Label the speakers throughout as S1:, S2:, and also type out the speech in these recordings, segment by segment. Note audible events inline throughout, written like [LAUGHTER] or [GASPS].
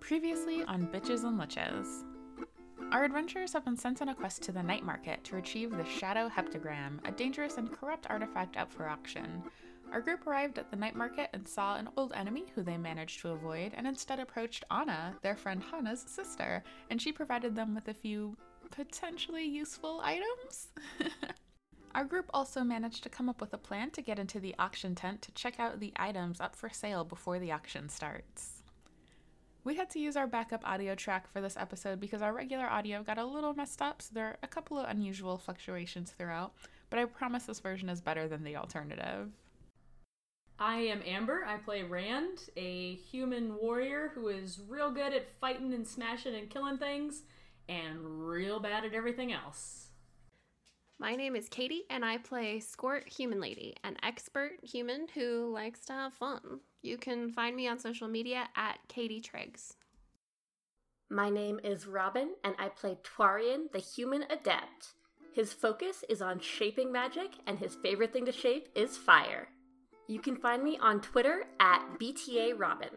S1: Previously on Bitches and Liches. Our adventurers have been sent on a quest to the night market to retrieve the Shadow Heptagram, a dangerous and corrupt artifact up for auction. Our group arrived at the night market and saw an old enemy who they managed to avoid and instead approached Anna, their friend Hannah's sister, and she provided them with a few potentially useful items. [LAUGHS] Our group also managed to come up with a plan to get into the auction tent to check out the items up for sale before the auction starts. We had to use our backup audio track for this episode because our regular audio got a little messed up, so there are a couple of unusual fluctuations throughout, but I promise this version is better than the alternative.
S2: I am Amber. I play Rand, a human warrior who is real good at fighting and smashing and killing things, and real bad at everything else.
S3: My name is Katie, and I play Squirt Human Lady, an expert human who likes to have fun. You can find me on social media at Katie Triggs.
S4: My name is Robin, and I play Twarian, the human adept. His focus is on shaping magic, and his favorite thing to shape is fire. You can find me on Twitter at BTA Robin.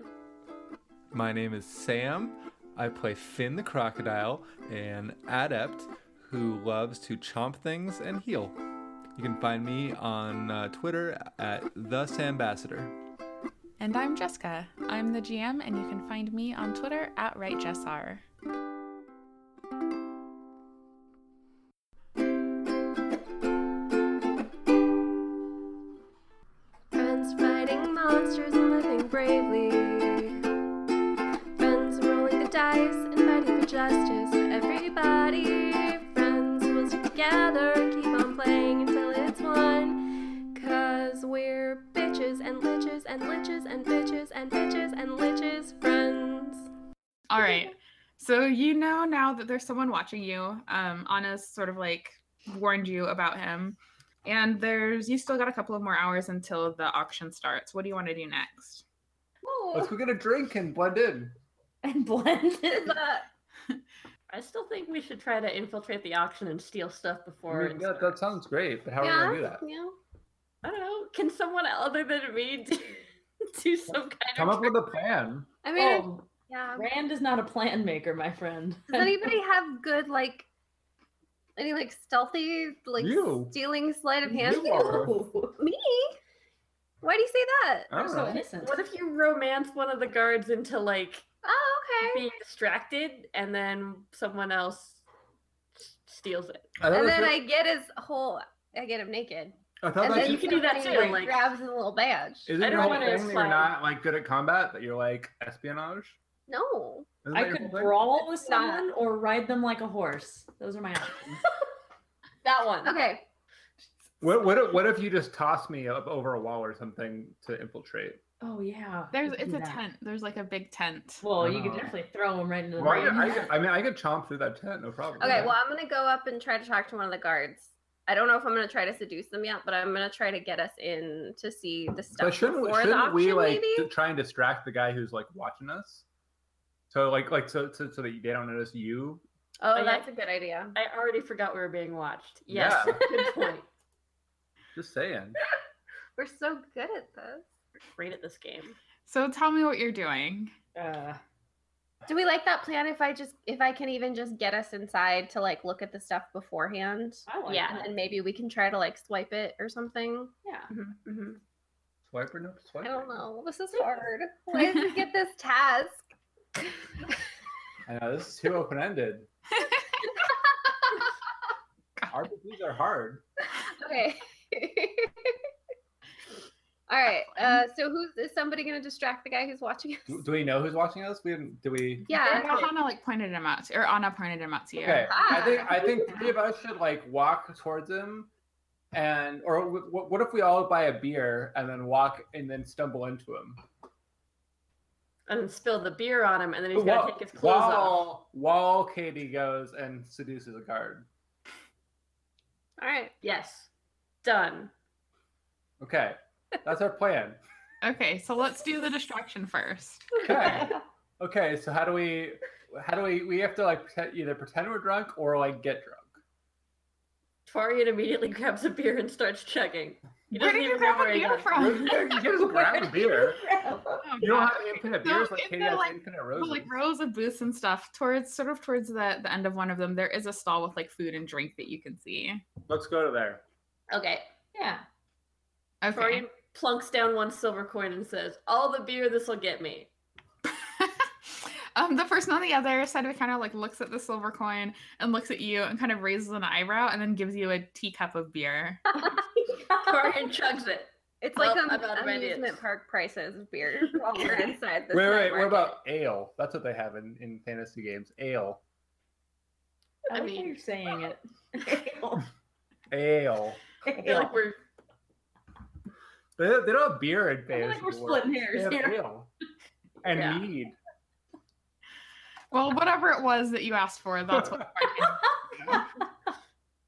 S5: My name is Sam. I play Finn the Crocodile, an adept who loves to chomp things and heal. You can find me on uh, Twitter at the Sambassador.
S1: And I'm Jessica. I'm the GM, and you can find me on Twitter at WriteJessR.
S3: Friends fighting monsters and living bravely. Friends rolling the dice and fighting for justice for everybody. Friends will stick together and keep on playing until it's won. Cause we're bitches and liches and liches and bitches and bitches and liches friends.
S6: All right. So you know now that there's someone watching you. Um, Anna's sort of like warned you about him. And there's you still got a couple of more hours until the auction starts. What do you want to do next?
S7: Let's go get a drink and blend in.
S2: [LAUGHS]
S4: And blend in the- I still think we should try to infiltrate the auction and steal stuff before.
S7: I mean,
S4: it
S7: that, that
S4: starts.
S7: sounds great, but how
S3: yeah,
S7: are we gonna do that?
S3: yeah.
S4: I don't know. Can someone other than me [LAUGHS] do, do some kind
S7: Come
S4: of?
S7: up with a plan.
S3: I mean,
S2: Oh,
S3: yeah.
S2: Rand is not a plan maker, my
S4: [LAUGHS]
S2: friend.
S7: [LAUGHS]
S8: Does anybody have good like any like stealthy like
S7: You.
S8: stealing sleight of hand?
S7: You are.
S8: Me? Why do you say that?
S7: I don't
S2: so
S7: know.
S2: innocent.
S4: What if you romance one of the guards into like
S8: Oh, okay.
S4: being distracted, and then someone else s- steals it?
S7: I thought,
S8: And then
S7: that's
S8: I get his whole I get him naked.
S7: what- I thought
S8: and
S7: that's
S8: then
S4: you
S7: you
S4: can do that
S8: somebody, like,
S4: too, like-
S8: grabs his little badge.
S7: Isn't
S4: I
S7: your
S4: don't
S7: whole
S4: wanna
S7: thing that you're
S4: imply-
S7: not like good at combat, that you're like espionage?
S8: No.
S7: Isn't
S2: I
S7: that your
S2: could
S7: whole thing?
S2: brawl with
S8: It's not.
S2: someone or ride them like a horse. Those are my options.
S4: That one.
S8: Okay.
S7: What, what, if, what if you just toss me up over a wall or something to infiltrate?
S2: oh yeah.
S6: There's
S2: we can
S6: it's
S2: do
S6: a
S2: that. Uh-huh.
S6: tent. There's like like a big tent.
S2: Well, you
S7: Oh.
S2: could definitely throw him right into the
S7: Well, I, could,
S2: ground.
S7: I, could- I mean, I could chomp through that tent, no problem.
S8: Okay, well I'm gonna go up and try to talk to one of the guards. I don't know if I'm gonna try to seduce them yet, but I'm gonna try to get us in to see the stuff
S7: But shouldn't,
S8: before
S7: shouldn't
S8: the auction,
S7: we like
S8: maybe.
S7: d- try and distract the guy who's like watching us? So like like so so, so that they don't notice you.
S8: oh,
S4: yeah.
S8: that's a good idea.
S4: I already forgot we were being watched.
S8: [LAUGHS]
S4: Yes,
S7: Yeah.
S2: [LAUGHS]
S4: good point.
S7: Just saying.
S8: We're so good at this.
S4: Great at this game.
S6: So tell me what you're doing.
S2: Uh,
S8: Do we like that plan if I just if I can even just get us inside to like look at the stuff beforehand?
S2: I like
S8: yeah,
S2: that.
S8: and maybe we can try to like swipe it or something.
S2: yeah.
S4: Mm-hmm,
S7: Swipe or no swipe.
S8: I don't know. This is hard. Why did we get this task? [LAUGHS]
S7: I know this is too open
S8: [LAUGHS]
S7: ended. RPGs are hard.
S8: Okay. [LAUGHS] All right. Uh, so who's is somebody going to distract the guy who's watching us?
S7: Do, do we know who's watching us? We didn't. Do we?
S8: Yeah.
S6: Well, Hannah like pointed him out, or Anna pointed him out to you.
S7: Okay. I think I think three of us should like walk towards him, and or w- w- what if we all buy a beer and then walk and then stumble into him?
S4: And then spill the beer on him, and then he's gonna
S7: While-
S4: take his clothes off.
S7: while- While Katie goes and seduces a guard.
S8: All right.
S4: Yes, done.
S7: Okay, that's our plan.
S6: Okay, so let's do the distraction first.
S4: [LAUGHS]
S7: Okay. Okay, so how do we? How do we? We have to like pretend, either pretend we're drunk or like get [LAUGHS] drunk.
S4: Torian immediately [LAUGHS] grabs a beer and starts chugging. He
S6: Where
S4: doesn't
S6: did you
S4: even know
S6: grab a
S4: he
S6: beer
S4: got it.
S6: from?
S7: You can just grab a beer.
S6: Oh come
S7: You don't
S6: back.
S7: have infinite
S6: So
S7: beers like
S6: if
S7: Katie
S6: they're
S7: has
S6: like-
S7: infinite
S6: Well,
S7: roses.
S6: like rows of booths and stuff towards sort of towards the, the end of one of them there is a stall with like food and drink that you can see
S7: Let's go to there.
S4: Okay.
S2: Yeah.
S6: okay [LAUGHS]
S4: Torian plunks down one silver coin and says, All the beer this will get me.
S6: um the person on the other side of it kind of like looks at the silver coin and looks at you and kind of raises an eyebrow and then gives you a teacup of beer [LAUGHS]
S4: Torian chugs it.
S8: It's like
S4: Well,
S8: um,
S4: I'm out of
S8: amusement
S4: ideas.
S8: park prices of beer [LAUGHS] while we're inside this.
S7: Wait, wait,
S8: night
S7: what
S8: market.
S7: about ale? That's what they have in, in fantasy games. Ale.
S4: I
S2: I mean,
S4: mean-
S2: you're saying [LAUGHS] it.
S7: Ale.
S4: I feel like we're
S7: They, they don't have beer in
S2: I feel
S7: fantasy.
S2: like we're
S7: world.
S2: splitting hairs
S7: They have
S2: here. [LAUGHS]
S7: ale. And
S4: Yeah.
S7: mead.
S6: well whatever it was that you asked for that's what the bartender-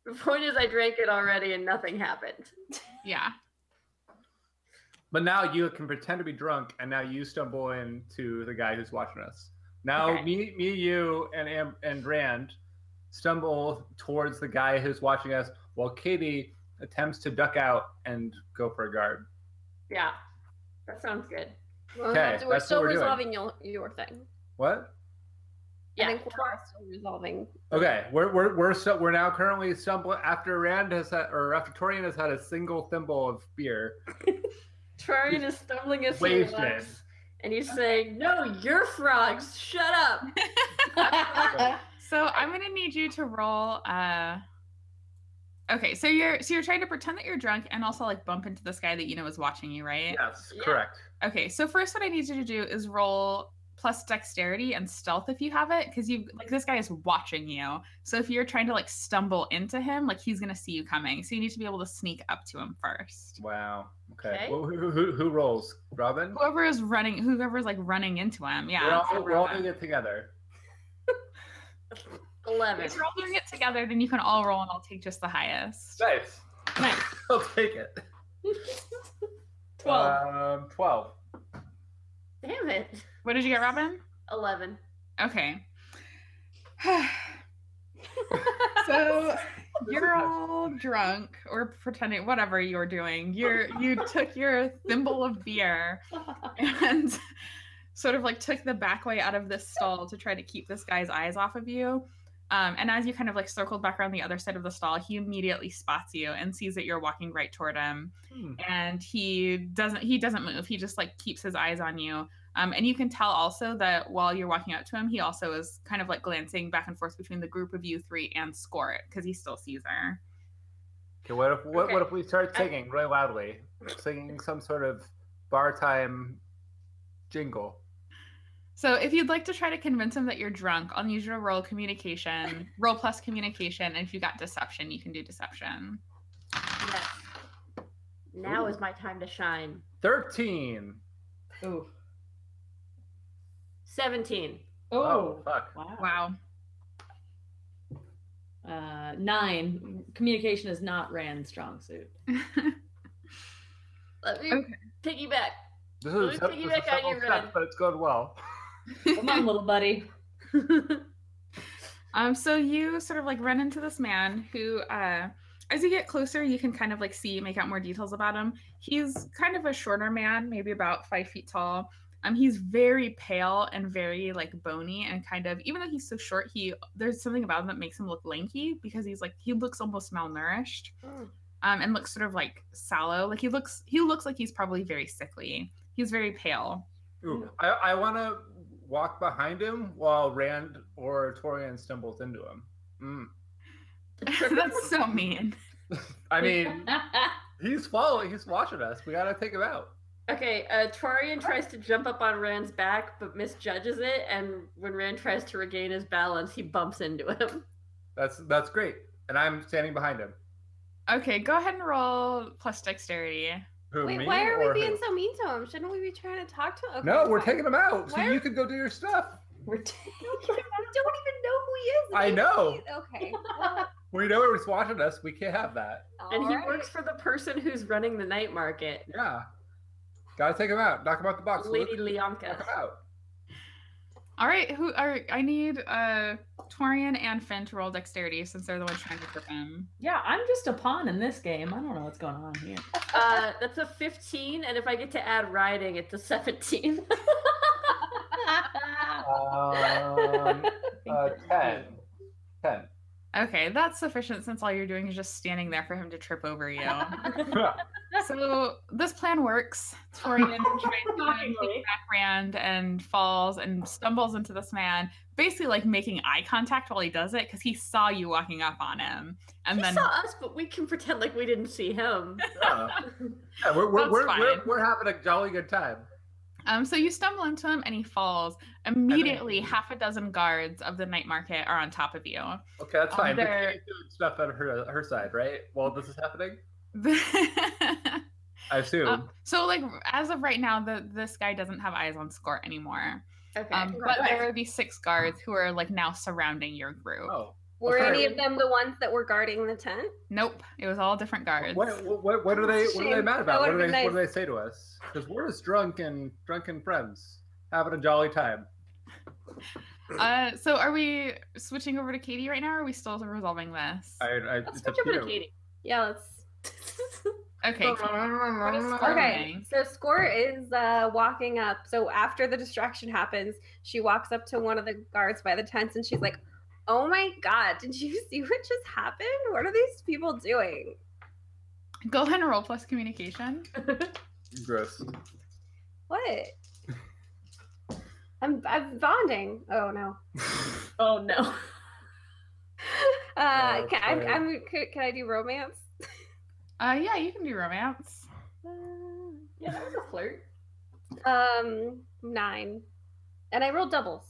S4: the point is I drank it already and nothing happened.
S6: yeah
S7: But now you can pretend to be drunk, and now you stumble into the guy who's watching us. Now
S6: Okay.
S7: me, me, you, and Am- and Rand stumble towards the guy who's watching us, while Katie attempts to duck out and go for a guard.
S4: Yeah. That sounds good.
S8: Well, we
S7: Okay,
S8: have to- we're
S7: that's what
S8: still
S7: we're doing.
S8: resolving your, your thing.
S7: What?
S8: I
S4: Yeah.
S8: think we're all still resolving.
S7: Okay, we're we're we're so, we're now currently stumbling after Rand has had, or after Torian has had a single thimble of beer.
S4: Torian is stumbling his
S7: Waves
S4: legs,
S7: in.
S4: and he's saying, No, you're frogs. Shut up.
S6: so i'm gonna need you to roll uh okay so you're so you're trying to pretend that you're drunk and also like bump into this guy that you know is watching you right
S7: Yes,
S4: Yeah.
S7: correct.
S6: Okay, so first, what I need you to do is roll plus dexterity and stealth if you have it, because you like this guy is watching you. So if you're trying to like stumble into him, like he's gonna see you coming. So you need to be able to sneak up to him first.
S7: Wow. Okay.
S4: Okay.
S7: Well, who, who who rolls? Robin.
S6: Whoever is running, whoever's like running into him, yeah.
S7: we're
S6: that's
S7: all,
S6: what
S7: we're all doing
S6: doing.
S7: it together.
S4: Eleven.
S6: If you're all doing it together, then you can all roll, and I'll take just the highest.
S7: Nice.
S2: Nice.
S7: [LAUGHS] I'll take it.
S2: 12.
S7: Um, Twelve.
S4: Damn it.
S6: What did you get, Robin?
S4: Eleven.
S6: Okay. so you're all drunk or pretending whatever you're doing. You're you took your thimble of beer and sort of like took the back way out of this stall to try to keep this guy's eyes off of you. Um, and as you kind of like circled back around the other side of the stall, he immediately spots you and sees that you're walking right toward him.
S7: Hmm.
S6: And he doesn't he doesn't move. He just like keeps his eyes on you. Um, and you can tell also that while you're walking up to him, he also is kind of like glancing back and forth between the group of you three and Scoret because he still sees her.
S7: Okay, what if what, what
S4: Okay.
S7: if we start singing really loudly, singing some sort of bar time jingle?
S6: So if you'd like to try to convince him that you're drunk, I'll need you to roll communication, roll plus communication. And if you got deception, you can do deception.
S4: Yes. Now is my time to shine.
S7: Thirteen.
S2: Ooh.
S4: Seventeen.
S2: Oh.
S7: fuck!
S2: Wow.
S6: Wow.
S2: Uh, nine. Communication is not Rand's
S6: [LAUGHS]
S2: strong suit.
S4: Let me
S6: Okay.
S4: piggyback.
S7: This
S4: Let me
S7: is, this is
S4: piggyback on
S7: several
S4: you,
S7: steps,
S4: Ren.
S7: but it's going well.
S2: Come on, little buddy.
S6: Um, so you sort of like run into this man who, uh, as you get closer, you can kind of like see, make out more details about him. He's kind of a shorter man, maybe about five feet tall. Um, he's very pale and very like bony and kind of even though he's so short, he there's something about him that makes him look lanky because he's like he looks almost malnourished,
S4: Mm.
S6: um, and looks sort of like sallow. Like he looks he looks like he's probably very sickly. He's very pale. [LAUGHS]
S8: Mm.
S7: Ooh, I, I want to walk behind him while Rand or Torian stumbles into him.
S8: [LAUGHS]
S7: Mm.
S6: That's so mean.
S7: I
S8: [LAUGHS]
S7: mean, he's following. He's watching us. We gotta take him out.
S4: Okay, uh, Torian tries to jump up on Rand's back, but misjudges it, and when Rand tries to regain his balance, he bumps into him.
S7: That's that's great. And I'm standing behind him.
S6: Okay, go ahead and roll plus dexterity.
S7: Who,
S8: Wait,
S7: me
S8: why are
S7: or
S8: we
S7: who?
S8: being so mean to him? Shouldn't we be trying to talk to him? Okay,
S7: No, we're
S8: fine.
S7: taking him out so
S8: Why are-
S7: you can go do your stuff.
S2: We're [LAUGHS] taking
S8: We don't even know who he is.
S7: I
S8: and
S7: know.
S8: he's- [LAUGHS] Okay. well,
S7: We know he's watching us. We can't have that.
S4: and he
S8: alright.
S4: works for the person who's running the night market,
S7: Yeah. Gotta take him out. Knock him out the box. [LAUGHS]
S4: Lady
S7: Luke. Knock
S4: Leonka.
S7: him out.
S6: All right, who are I need uh Torian and Finn to roll dexterity since they're the ones trying to trip him.
S2: Yeah, I'm just a pawn in this game. I don't know what's going on here.
S4: Uh, that's a 15, and if I get to add riding, it's a [LAUGHS] 17.
S8: [LAUGHS]
S7: Um, uh, 10. [LAUGHS] 10.
S6: Okay, that's sufficient since all you're doing is just standing there for him to trip over
S4: [LAUGHS]
S6: you. so this plan works.
S4: [LAUGHS]
S6: Torian tries to
S2: Finally.
S6: take backhand and falls and stumbles into this man, basically like making eye contact while he does it because he saw you walking up on him. And
S4: he
S6: then
S4: saw us, but we can pretend like we didn't see him.
S7: Yeah. Yeah, we're, we're,
S6: That's
S7: we're, we're,
S6: fine.
S7: we're having a jolly good time.
S6: Um, so you stumble into him and he falls. Immediately, half a dozen guards of the night market are on top of you. [LAUGHS]
S4: [LAUGHS]
S7: Okay, that's
S6: Um,
S7: fine. But
S6: there-
S7: Katie's doing stuff on her, her side, right? While this is happening? I assume.
S8: Uh,
S6: Um, so, like as of right now, the this guy doesn't have eyes on Score anymore.
S8: Okay.
S6: Um, but there are these six guards who are like now surrounding your group.
S7: oh.
S8: were
S7: okay.
S8: any of them the ones that were guarding the tent?
S6: Nope, it was all different guards.
S7: What, what, what are they what are they
S8: Shame.
S7: mad
S8: That
S7: about? What do they
S8: would've
S7: what
S8: been
S7: do they say to us? Because we're just drunk and drunken friends having a jolly time.
S6: Uh, so are we switching over to Katie right now? Or are we still resolving this?
S7: I, I,
S8: Let's
S7: it's up
S8: switch over to
S7: you.
S8: Katie. Yeah, let's.
S6: Okay. What is Score
S8: Okay,
S6: doing?
S8: so Score is uh, walking up. So after the distraction happens, she walks up to one of the guards by the tents and she's like, Oh my god, did you [LAUGHS] see what just happened? What are these people doing?
S6: Go ahead and roll plus communication.
S7: Gross.
S8: Oh, What? I'm, I'm bonding. Oh
S7: [LAUGHS]
S8: no.
S2: Oh no.
S8: Uh,
S7: Oh,
S8: can, I'm,
S7: sorry.
S8: I'm, can, can I do romance?
S6: Uh, yeah, you can do romance.
S2: Yeah, that was a flirt.
S8: Um, nine. And I rolled doubles.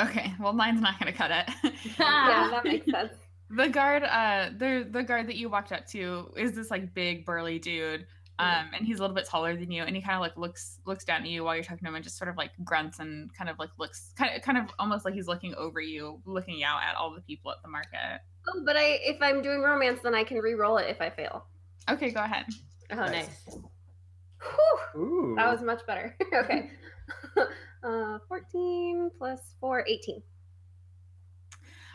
S6: Okay, well, mine's not gonna cut it. [LAUGHS]
S2: Ah.
S8: yeah,
S4: Um,
S8: that makes
S2: [LAUGHS]
S8: sense.
S6: The guard, uh, the the guard that you walked up to is this like big burly dude, um, and he's a little bit taller than you, and he kind of like looks looks down at you while you're talking to him, and just sort of like grunts and kind of like looks kind of kind of almost like he's looking over you, looking out at all the people at the market.
S8: Oh, but I if I'm doing romance, then I can re-roll it if I fail.
S6: Okay, go ahead.
S8: Oh,
S7: Nice.
S8: Whew,
S7: Ooh.
S8: that was much better. [LAUGHS] okay. uh, 14 plus 4, 18.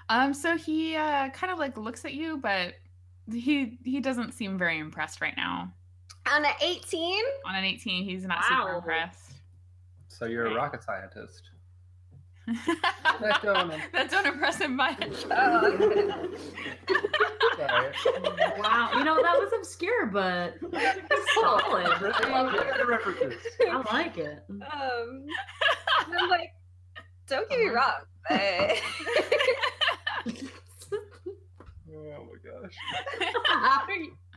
S6: Um, so he uh, kind of like looks at you, but he he doesn't seem very impressed right now.
S8: On an 18?
S6: On an 18, he's not super
S2: Wow.
S6: impressed.
S7: so you're a rocket
S8: [LAUGHS]
S7: scientist.
S6: that [LAUGHS]
S7: don't-
S6: don't impress him much.
S8: Oh.
S2: [LAUGHS]
S8: [LAUGHS]
S7: Sorry.
S2: Wow. You know, that was obscure, but [LAUGHS] solid.
S7: I love the references.
S2: I like
S6: [LAUGHS]
S2: it.
S8: um, I'm like, don't get me wrong. but- [LAUGHS]
S7: Oh my gosh.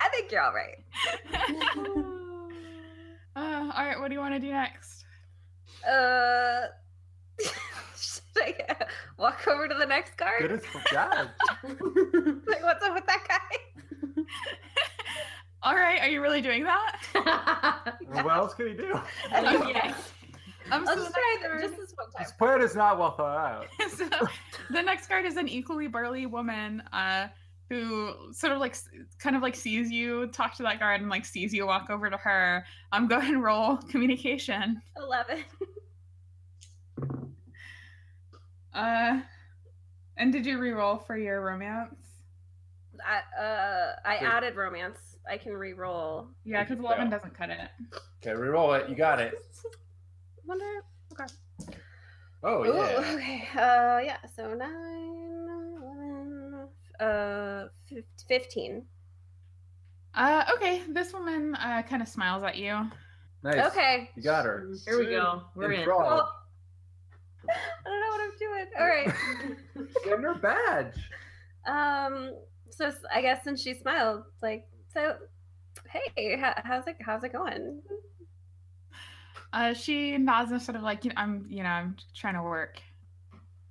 S8: I think you're all right.
S6: Uh, all right, what do you want to do next?
S8: Uh, [LAUGHS] should I uh, walk over to the next guard?
S7: Good as God.
S8: Like, what's up with that guy?
S6: All right, are you really doing that? [LAUGHS]
S7: What else could he do?
S2: okay.
S6: Um,
S8: I'll
S6: so,
S8: just
S6: the
S8: try
S6: next
S8: them
S6: guard,
S8: just this one
S7: This
S8: time.
S7: plan is not well thought
S6: [LAUGHS]
S7: out.
S6: so the next guard is an equally burly woman uh, who sort of like s- kind of like sees you talk to that guard and like sees you walk over to her. Um, go ahead and roll [LAUGHS] communication.
S8: 11.
S6: Uh, and did you re-roll for your romance?
S8: I, uh, I
S7: Good.
S8: added romance. I can re-roll.
S6: Yeah, because eleven doesn't cut it.
S7: Okay, re-roll it. You got it.
S8: Wonder.
S7: Oh
S8: Ooh,
S7: yeah.
S8: okay. Uh, yeah. So nine, eleven, uh, fif- fifteen.
S6: Uh, okay, this woman uh, kind of smiles at you.
S7: Nice.
S8: Okay.
S7: You got her.
S2: Here we go. We're in.
S7: Enthralled.
S8: Well, I don't know what I'm doing. All right.
S7: Get her badge.
S8: Um. So s- I guess since she smiled, like, so, hey, how, how's it? How's it going?
S6: Uh, she nods and sort of like, you know, I'm, you know, I'm trying to work.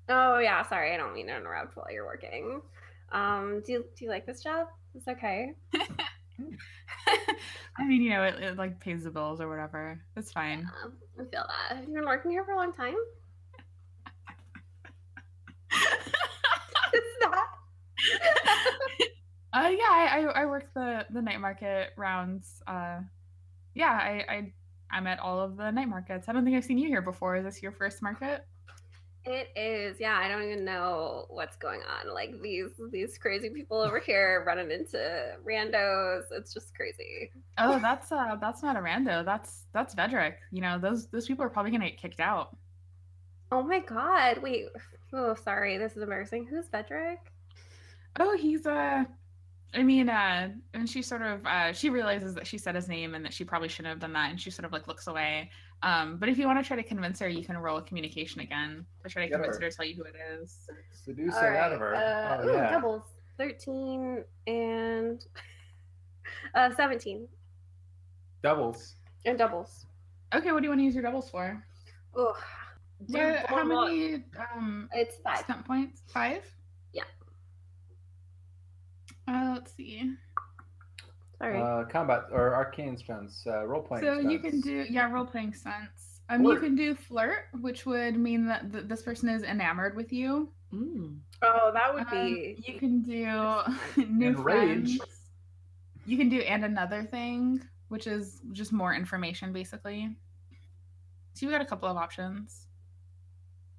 S8: Oh yeah. Sorry, I don't mean to interrupt while you're working. Um. Do you do you like this job? It's okay.
S6: [LAUGHS] I mean, you know, it, it like pays the bills or whatever. It's fine.
S8: Um, I feel that. Have you been working here for a long time? it's not.
S6: Uh, yeah, I, I, I work the the night market rounds. Uh, yeah, I, I I'm at all of the night markets. I don't think I've seen you here before. Is this your first market?
S8: It is. Yeah, I don't even know what's going on. Like these these crazy people over here running into randos. It's just crazy.
S6: Oh, that's uh, that's not a rando. That's that's Vedric. You know, those those people are probably gonna get kicked out.
S8: Oh my god. Wait. Oh, sorry. This is embarrassing. Who's Vedric?
S6: Oh, he's uh, I mean, uh, and she sort of uh, she realizes that she said his name and that she probably shouldn't have done that, and she sort of like looks away. Um, but if you want to try to convince her, you can roll a communication again to try to
S7: Yeah.
S6: convince her to tell you who it is.
S7: Seduce
S8: All
S7: her out
S8: right,
S7: of her.
S8: Uh,
S7: oh,
S8: ooh,
S7: yeah.
S8: doubles. 13 and [LAUGHS] uh, 17
S7: Doubles.
S8: and doubles.
S6: Okay, what do you want to use your doubles for?
S8: Oh,
S6: Where, how many um
S8: It's five.
S6: stunt points? Five.
S8: Yeah.
S6: Uh, let's see.
S8: Sorry.
S7: Uh, combat or arcane stunts. Uh, role playing.
S6: so you
S7: stunts.
S6: can do yeah role playing stunts. Um, you
S7: Flirt.
S6: can do flirt, which would mean that th- this person is enamored with you.
S2: Mm.
S8: oh, that would
S6: Um,
S8: be.
S6: you can do [LAUGHS] new
S7: And rage.
S6: friends. You can do and another thing, which is just more information basically. So you got a couple of options.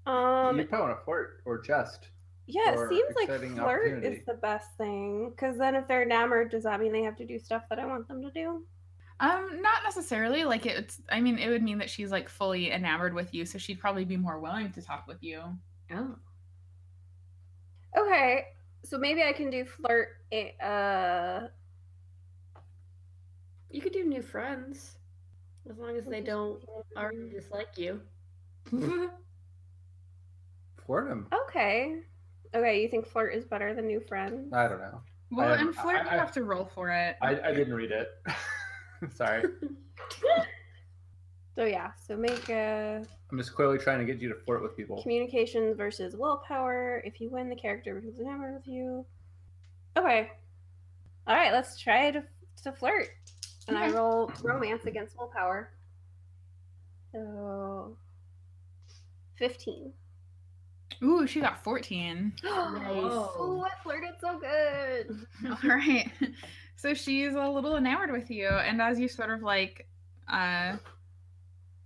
S8: Um,
S7: you probably want to flirt or jest.
S8: yeah,
S7: for
S8: it seems like
S7: exciting
S8: flirt
S7: opportunity.
S8: is the best thing. Because then if they're enamored, does that mean they have to do stuff that I want them to do?
S6: Um, not necessarily. Like it's, I mean, it would mean that she's like fully enamored with you, so she'd probably be more willing to talk with you.
S2: Oh.
S8: Okay, so maybe I can do flirt. eh, Uh,
S4: You could do new friends, as long as they don't already dislike you.
S7: Flirt him.
S8: okay, okay. You think flirt is better than new friend?
S7: I don't know.
S6: Well,
S7: Um,
S6: and flirt,
S7: I-
S6: you
S7: I-
S6: have to roll for it.
S7: I, I didn't read it. [LAUGHS] Sorry.
S8: So yeah, so make a
S7: I'm just clearly trying to get you to flirt with people.
S8: communications versus willpower. If you win, the character becomes enamored with you. Okay. All right, let's try to to flirt. And I
S6: Okay.
S8: roll romance against willpower. So fifteen.
S6: Ooh, she got fourteen.
S8: Ooh, Oh, I flirted so good.
S6: [LAUGHS] All right. So she's a little enamored with you, and as you sort of like uh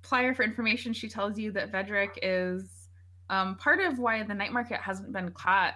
S6: ply her for information, she tells you that Vedric is um part of why the night market hasn't been caught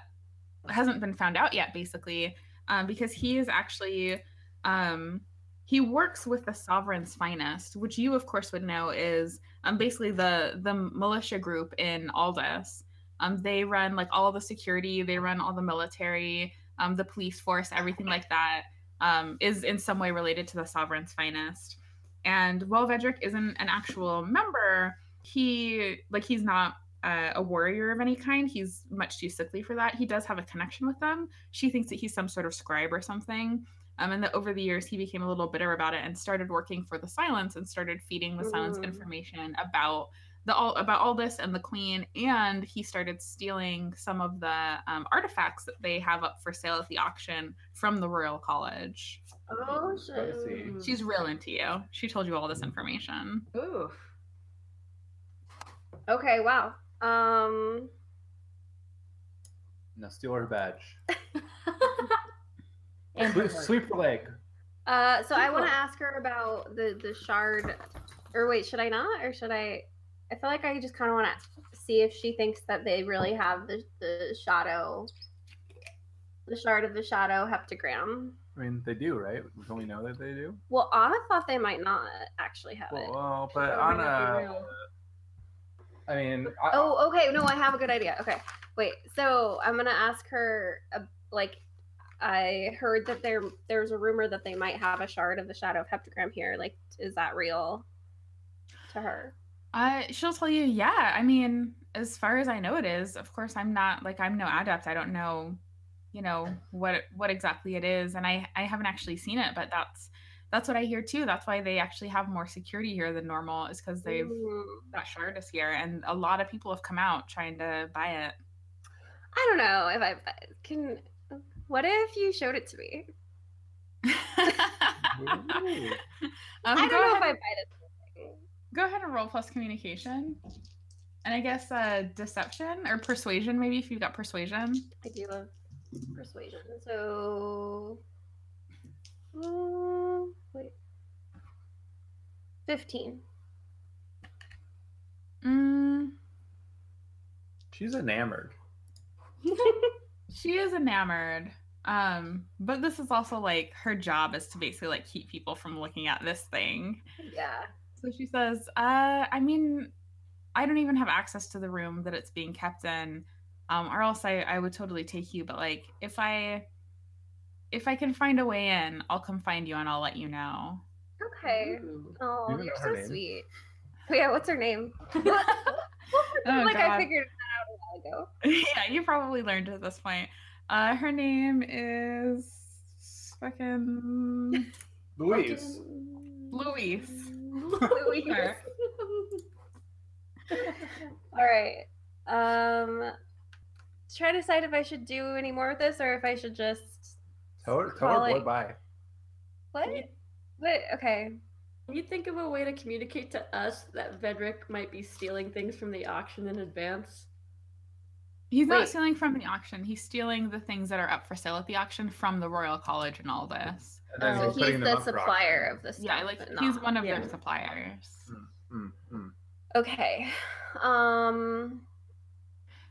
S6: hasn't been found out yet, basically, um, because he is actually um he works with the sovereign's finest, which you of course would know is um basically the the militia group in Aldous. Um, they run like all the security, they run all the military, um, the police force, everything like that um, is in some way related to the sovereign's finest. And while Vedric isn't an actual member, he like he's not uh, a warrior of any kind. He's much too sickly for that. He does have a connection with them. She thinks that he's some sort of scribe or something. Um, and that over the years he became a little bitter about it and started working for the Silence and started feeding the Silence
S8: Mm.
S6: information about the all about all this and the Queen. And he started stealing some of the um, artifacts that they have up for sale at the auction from the Royal College.
S8: Oh
S7: Spicy.
S6: She's real into you. She told you all this information.
S2: Ooh.
S8: Okay, wow. Um
S7: Now steal her
S8: [LAUGHS]
S7: badge.
S4: And
S7: Sweep, sweep the leg.
S8: uh so I wanna
S2: Cool.
S8: ask her about the the shard or wait, should I not? Or should I I feel like I just kinda wanna see if she thinks that they really have the the shadow the shard of the shadow heptagram.
S7: I mean, they do, right? Don't we know that they do?
S8: Well, Anna thought they might not actually have
S7: Well,
S8: it.
S7: well, but
S8: That might not be
S7: Anna.
S8: real.
S7: I mean, I,
S8: Oh, okay. No, I have a good idea. Okay, wait. So I'm gonna ask her. Uh, like, I heard that there there's a rumor that they might have a shard of the shadow of heptagram here. Like, is that real? To her.
S6: Uh, she'll tell you, yeah. I mean, as far as I know, it is. Of course, I'm not like I'm no adept. I don't know, you know what what exactly it is, and I I haven't actually seen it. But that's that's what I hear too. That's why they actually have more security here than normal, is because they've
S8: Mm,
S6: that shard is here, and a lot of people have come out trying to buy it.
S8: I don't know if I can. What if you showed it to me?
S6: [LAUGHS]
S8: Oh.
S6: um, go
S8: I don't know
S6: ahead
S8: if I buy this. thing.
S6: go ahead and roll plus communication and i guess uh deception or persuasion maybe if you've got persuasion
S8: I do love persuasion. So, um, wait, fifteen.
S6: mm,
S7: She's enamored.
S6: she is enamored um but this is also like her job is to basically like keep people from looking at this thing
S8: Yeah.
S6: so she says uh i mean i don't even have access to the room that it's being kept in um or else i i would totally take you but like if i if i can find a way in i'll come find you and i'll let you know [LAUGHS]
S8: Okay. Oh,
S7: Do you
S8: you're
S7: know her
S8: so
S7: name?
S8: sweet. Oh, yeah, what's
S7: [LAUGHS]
S8: her name?
S6: Oh,
S8: like I
S6: God.
S8: figured that out a while ago.
S6: yeah you probably learned at this point uh her name is fucking
S7: Louise.
S6: louise
S8: Louise.
S6: Sure.
S8: [LAUGHS] All right. Um, try to decide if I should do any more with this or if I should just
S7: Tell her, tell
S8: Call
S7: her
S8: it-
S7: boy bye.
S8: what? What? Okay.
S4: Can you think of a way to communicate to us that Vedric might be stealing things from the auction in advance?
S6: He's not
S4: Wait.
S6: stealing from the auction. He's stealing the things that are up for sale at the auction from the Royal College and all this.
S7: And then
S4: Oh,
S7: we're
S8: so he's
S7: putting them
S8: the
S7: up for auction.
S8: supplier of this.
S6: Yeah, like he's one of
S4: yeah.
S6: their suppliers.
S7: Mm, mm.
S8: Okay. Um.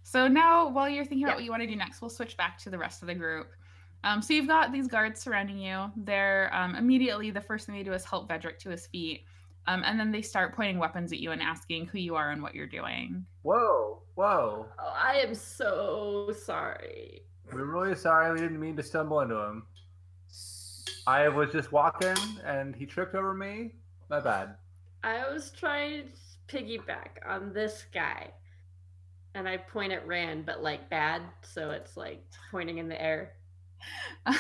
S6: So now, while you're thinking about
S8: Yeah.
S6: what you want to do next, we'll switch back to the rest of the group. Um, so you've got these guards surrounding you. They're um, immediately the first thing they do is help Vedric to his feet, um, and then they start pointing weapons at you and asking who you are and what you're doing. [LAUGHS]
S7: Whoa, whoa.
S4: Oh, I am so Oh, sorry.
S7: We're really sorry we didn't mean to stumble into him. I was just walking and he tripped over me. My bad.
S4: I was trying to piggyback on this guy. And I point at Rand, but like bad, so it's like pointing in the air.
S6: Go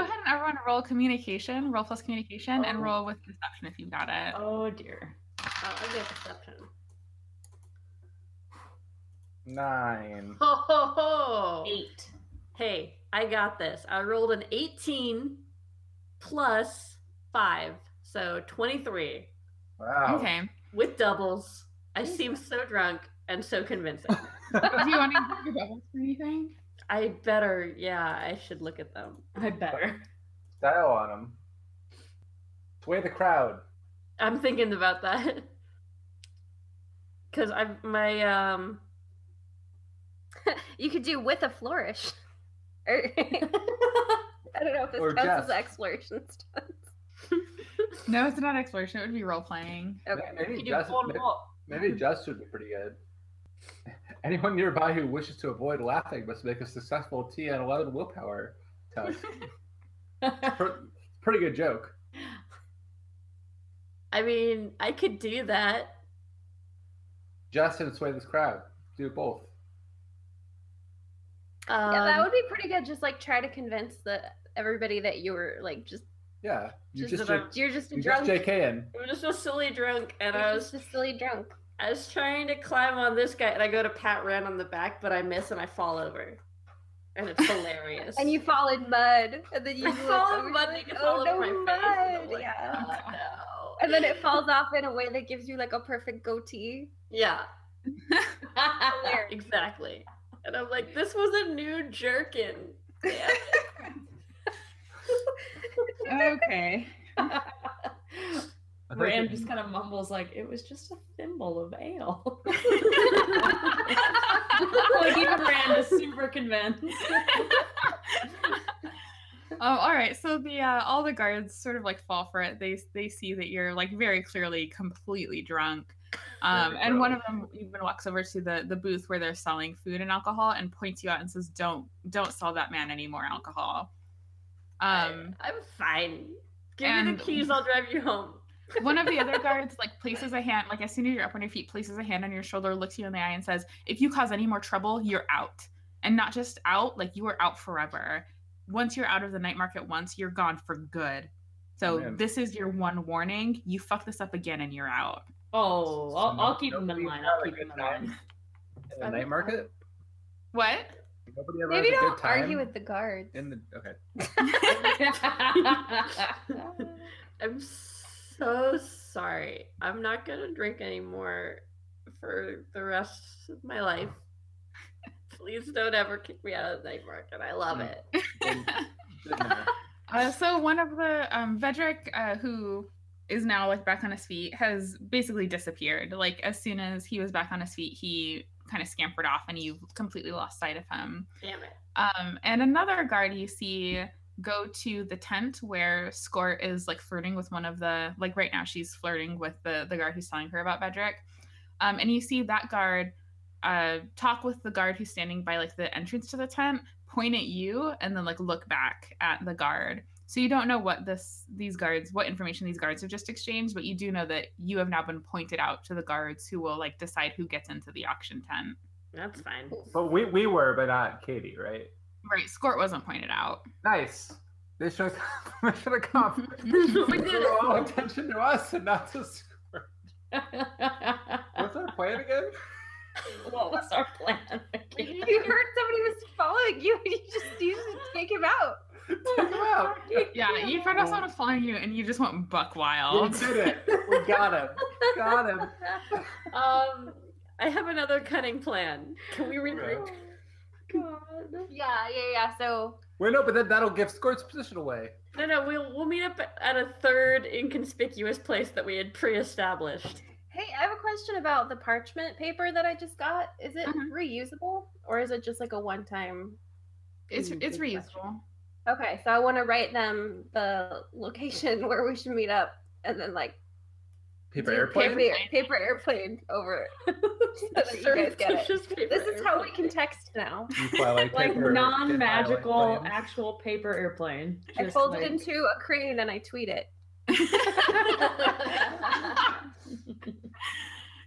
S6: ahead and everyone roll communication, roll plus communication, and
S4: Oh.
S6: roll with deception if you've got it.
S2: Oh dear.
S4: Oh, I get perception.
S7: Nine.
S4: Ho ho ho!
S2: Eight.
S4: Hey, I got this. I rolled an 18 plus 5, so 23
S7: Wow.
S6: Okay. [LAUGHS]
S4: with doubles. I seem so drunk and so
S8: [LAUGHS]
S4: convincing.
S6: do you want to include your doubles or anything?
S4: I better, yeah, I should look at them.
S2: I better.
S7: Style on him. Sway the crowd.
S4: I'm thinking about that. [LAUGHS] Cause I my um
S8: You could do with a flourish. [LAUGHS] Or I don't know if this
S7: Or
S8: counts as
S7: jest.
S8: exploration [LAUGHS] stuff.
S6: No, it's not exploration. It would be role playing.
S8: Okay.
S7: Maybe
S2: You
S7: Jess,
S2: pulled
S7: maybe,
S2: up.
S7: maybe Jess would be pretty good. [LAUGHS] Anyone nearby who wishes to avoid laughing must make a successful T and 11 willpower test.
S2: [LAUGHS]
S7: Pre- pretty good joke.
S4: I mean, I could do that.
S7: Jess and sway this crowd. Do both.
S4: Um,
S8: yeah, that would be pretty good. Just like try to convince the everybody that you were like just
S7: Yeah. You
S4: Just
S7: just,
S4: about-
S7: J-
S8: you're just a
S7: you just
S8: drunk.
S7: JK in.
S4: I'm just so silly drunk, and I
S8: [LAUGHS] You're
S4: was
S8: just a silly drunk.
S4: I was trying to climb on this guy, and I go to pat Rand on the back, but I miss and I fall over, and it's hilarious.
S8: [LAUGHS] And you fall in mud, and then you
S4: I
S8: look
S4: fall
S8: over,
S4: in
S8: you're
S4: mud, and
S8: like,
S4: it
S8: oh
S4: all
S8: no,
S4: over my face. and I'm
S8: mud,
S4: like,
S8: yeah.
S4: "Oh, no."
S8: And then it falls off in a way that gives you like a perfect [LAUGHS] goatee.
S4: Yeah. [LAUGHS] exactly. And I'm like, this was a new jerkin. Yeah.
S6: [LAUGHS] Okay.
S7: I think
S2: Rand
S7: it-
S2: just kind of mumbles like, "It was just a thimble of
S7: [LAUGHS]
S2: ale." [LAUGHS] like even Rand is super
S7: [LAUGHS]
S2: convinced.
S6: Um, all right. So the uh, all the guards sort of like fall for it. They they see that you're like very clearly completely drunk. Um, and one of them even walks over to the the booth where they're selling food and alcohol and points you out and says, "Don't don't sell that man any more alcohol." Um,
S4: I, am fine. Give me
S6: and-
S4: the keys, I'll drive you home.
S6: one of the other guards like places a hand like as soon as you're up on your feet places a hand on your shoulder looks you in the eye and says if you cause any more trouble you're out and not just out like you are out forever once you're out of the night market once you're gone for good so
S7: Man.
S6: this is your one warning you fuck this up again and you're out
S2: Oh, I'll, I'll keep him
S7: Nobody
S2: in line.
S7: had
S2: I'll
S7: a
S2: keep
S7: good
S2: him in
S7: time
S2: line.
S7: In the night market?
S6: what
S7: Nobody ever
S8: Maybe
S7: has a
S8: don't
S7: good time
S8: argue with the guards.
S7: in the okay.
S2: [LAUGHS]
S7: [LAUGHS]
S4: I'm so sorry. I'm not gonna drink anymore for the rest of my life. Please don't ever kick me out of the night market. I love
S7: Mm.
S4: it.
S7: Didn't- didn't matter.
S6: [LAUGHS] Uh, so one of the um, Vedric, uh, who is now like back on his feet, has basically disappeared. Like as soon as he was back on his feet, he kind of scampered off and you completely lost sight of him.
S4: Damn it.
S6: Um, and another guard you see go to the tent where Scort is like flirting with one of the like right now she's flirting with the the guard who's telling her about Vedric. Um, and you see that guard uh, talk with the guard who's standing by like the entrance to the tent, point at you, and then like look back at the guard. So you don't know what this these guards what information these guards have just exchanged, but you do know that you have now been pointed out to the guards who will like decide who gets into the auction tent.
S4: That's fine.
S7: But we, we were, but not Katie, right?
S6: Right, Scort wasn't pointed out.
S7: Nice. [LAUGHS] They should have mission accomplished.
S4: We did
S7: Draw all [LAUGHS]
S4: it.
S7: attention to us and not to Squirt. What's our plan [LAUGHS] again?
S2: what was our plan?
S7: [LAUGHS]
S8: You heard somebody was following you, [LAUGHS] and you just you just take him out.
S7: Take him out.
S6: Yeah, you found out someone was following you, and you just went buck
S7: We
S6: wild.
S7: did it. We got him. Got [LAUGHS] him.
S4: Um, I have another cunning plan. Can we regroup?
S8: Yeah, yeah, yeah. So
S7: Wait, no, but then that'll give Squirt's position away.
S4: No, no, we'll we'll meet up at a third inconspicuous place that we had pre-established.
S8: hey, I have a question about the parchment paper that I just got. Is it
S6: Mhm.
S8: reusable or is it just like a one time?
S6: It's
S8: Ooh,
S6: it's
S8: good question.
S6: reusable.
S8: Okay, so I want to write them the location [LAUGHS] where we should meet up, and then like
S7: Paper
S8: do
S7: airplane.
S8: paper, paper airplane over it, [LAUGHS] so that you guys get it.
S4: Surreptitious paper
S8: This is how we
S4: airplane.
S8: can text now.
S7: [LAUGHS] You fly like,
S2: like
S7: paper
S2: non-magical
S7: airplanes.
S2: actual paper airplane.
S8: I
S2: Just,
S8: fold
S2: like-
S8: it into a crane and I tweet it. [LAUGHS]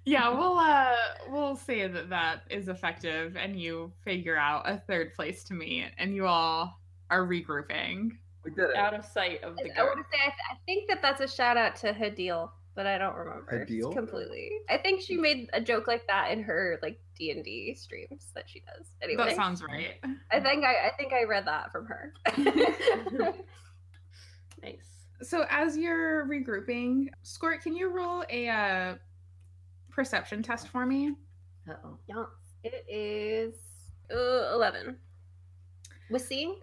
S6: yeah, we'll uh we'll say that that is effective, and you figure out a third place to meet, and you all are regrouping.
S7: We did it.
S2: out of sight of the
S8: I want
S2: guard.
S8: to say, I, th- I think that that's a shout out to Hadil, but I don't remember
S7: Hadil?
S8: completely. I think she made a joke like that in her like D and D streams that she does. Anyway,
S6: That sounds right.
S8: I think I, I think I read that
S6: [LAUGHS]
S8: from her. [LAUGHS]
S4: nice.
S6: So as you're regrouping, Squirt, can you roll a uh, perception test for me?
S4: Uh oh.
S8: yeah, it is uh, eleven. Was seeing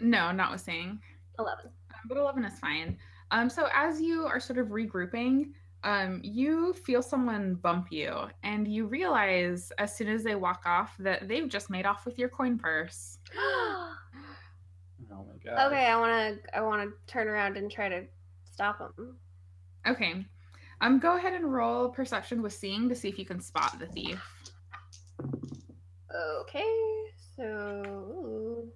S6: No, not with saying.
S8: eleven. [GASPS]
S6: Um, but 11 is fine. Um, so as you are sort of regrouping, um, you feel someone bump you, and you realize as soon as they walk off that they've just made off with your coin purse.
S7: Oh my god.
S8: okay, I want to I want to turn around and try to stop them.
S6: Okay. Um, go ahead and roll perception with seeing to see if you can spot the thief.
S8: Okay, so ooh.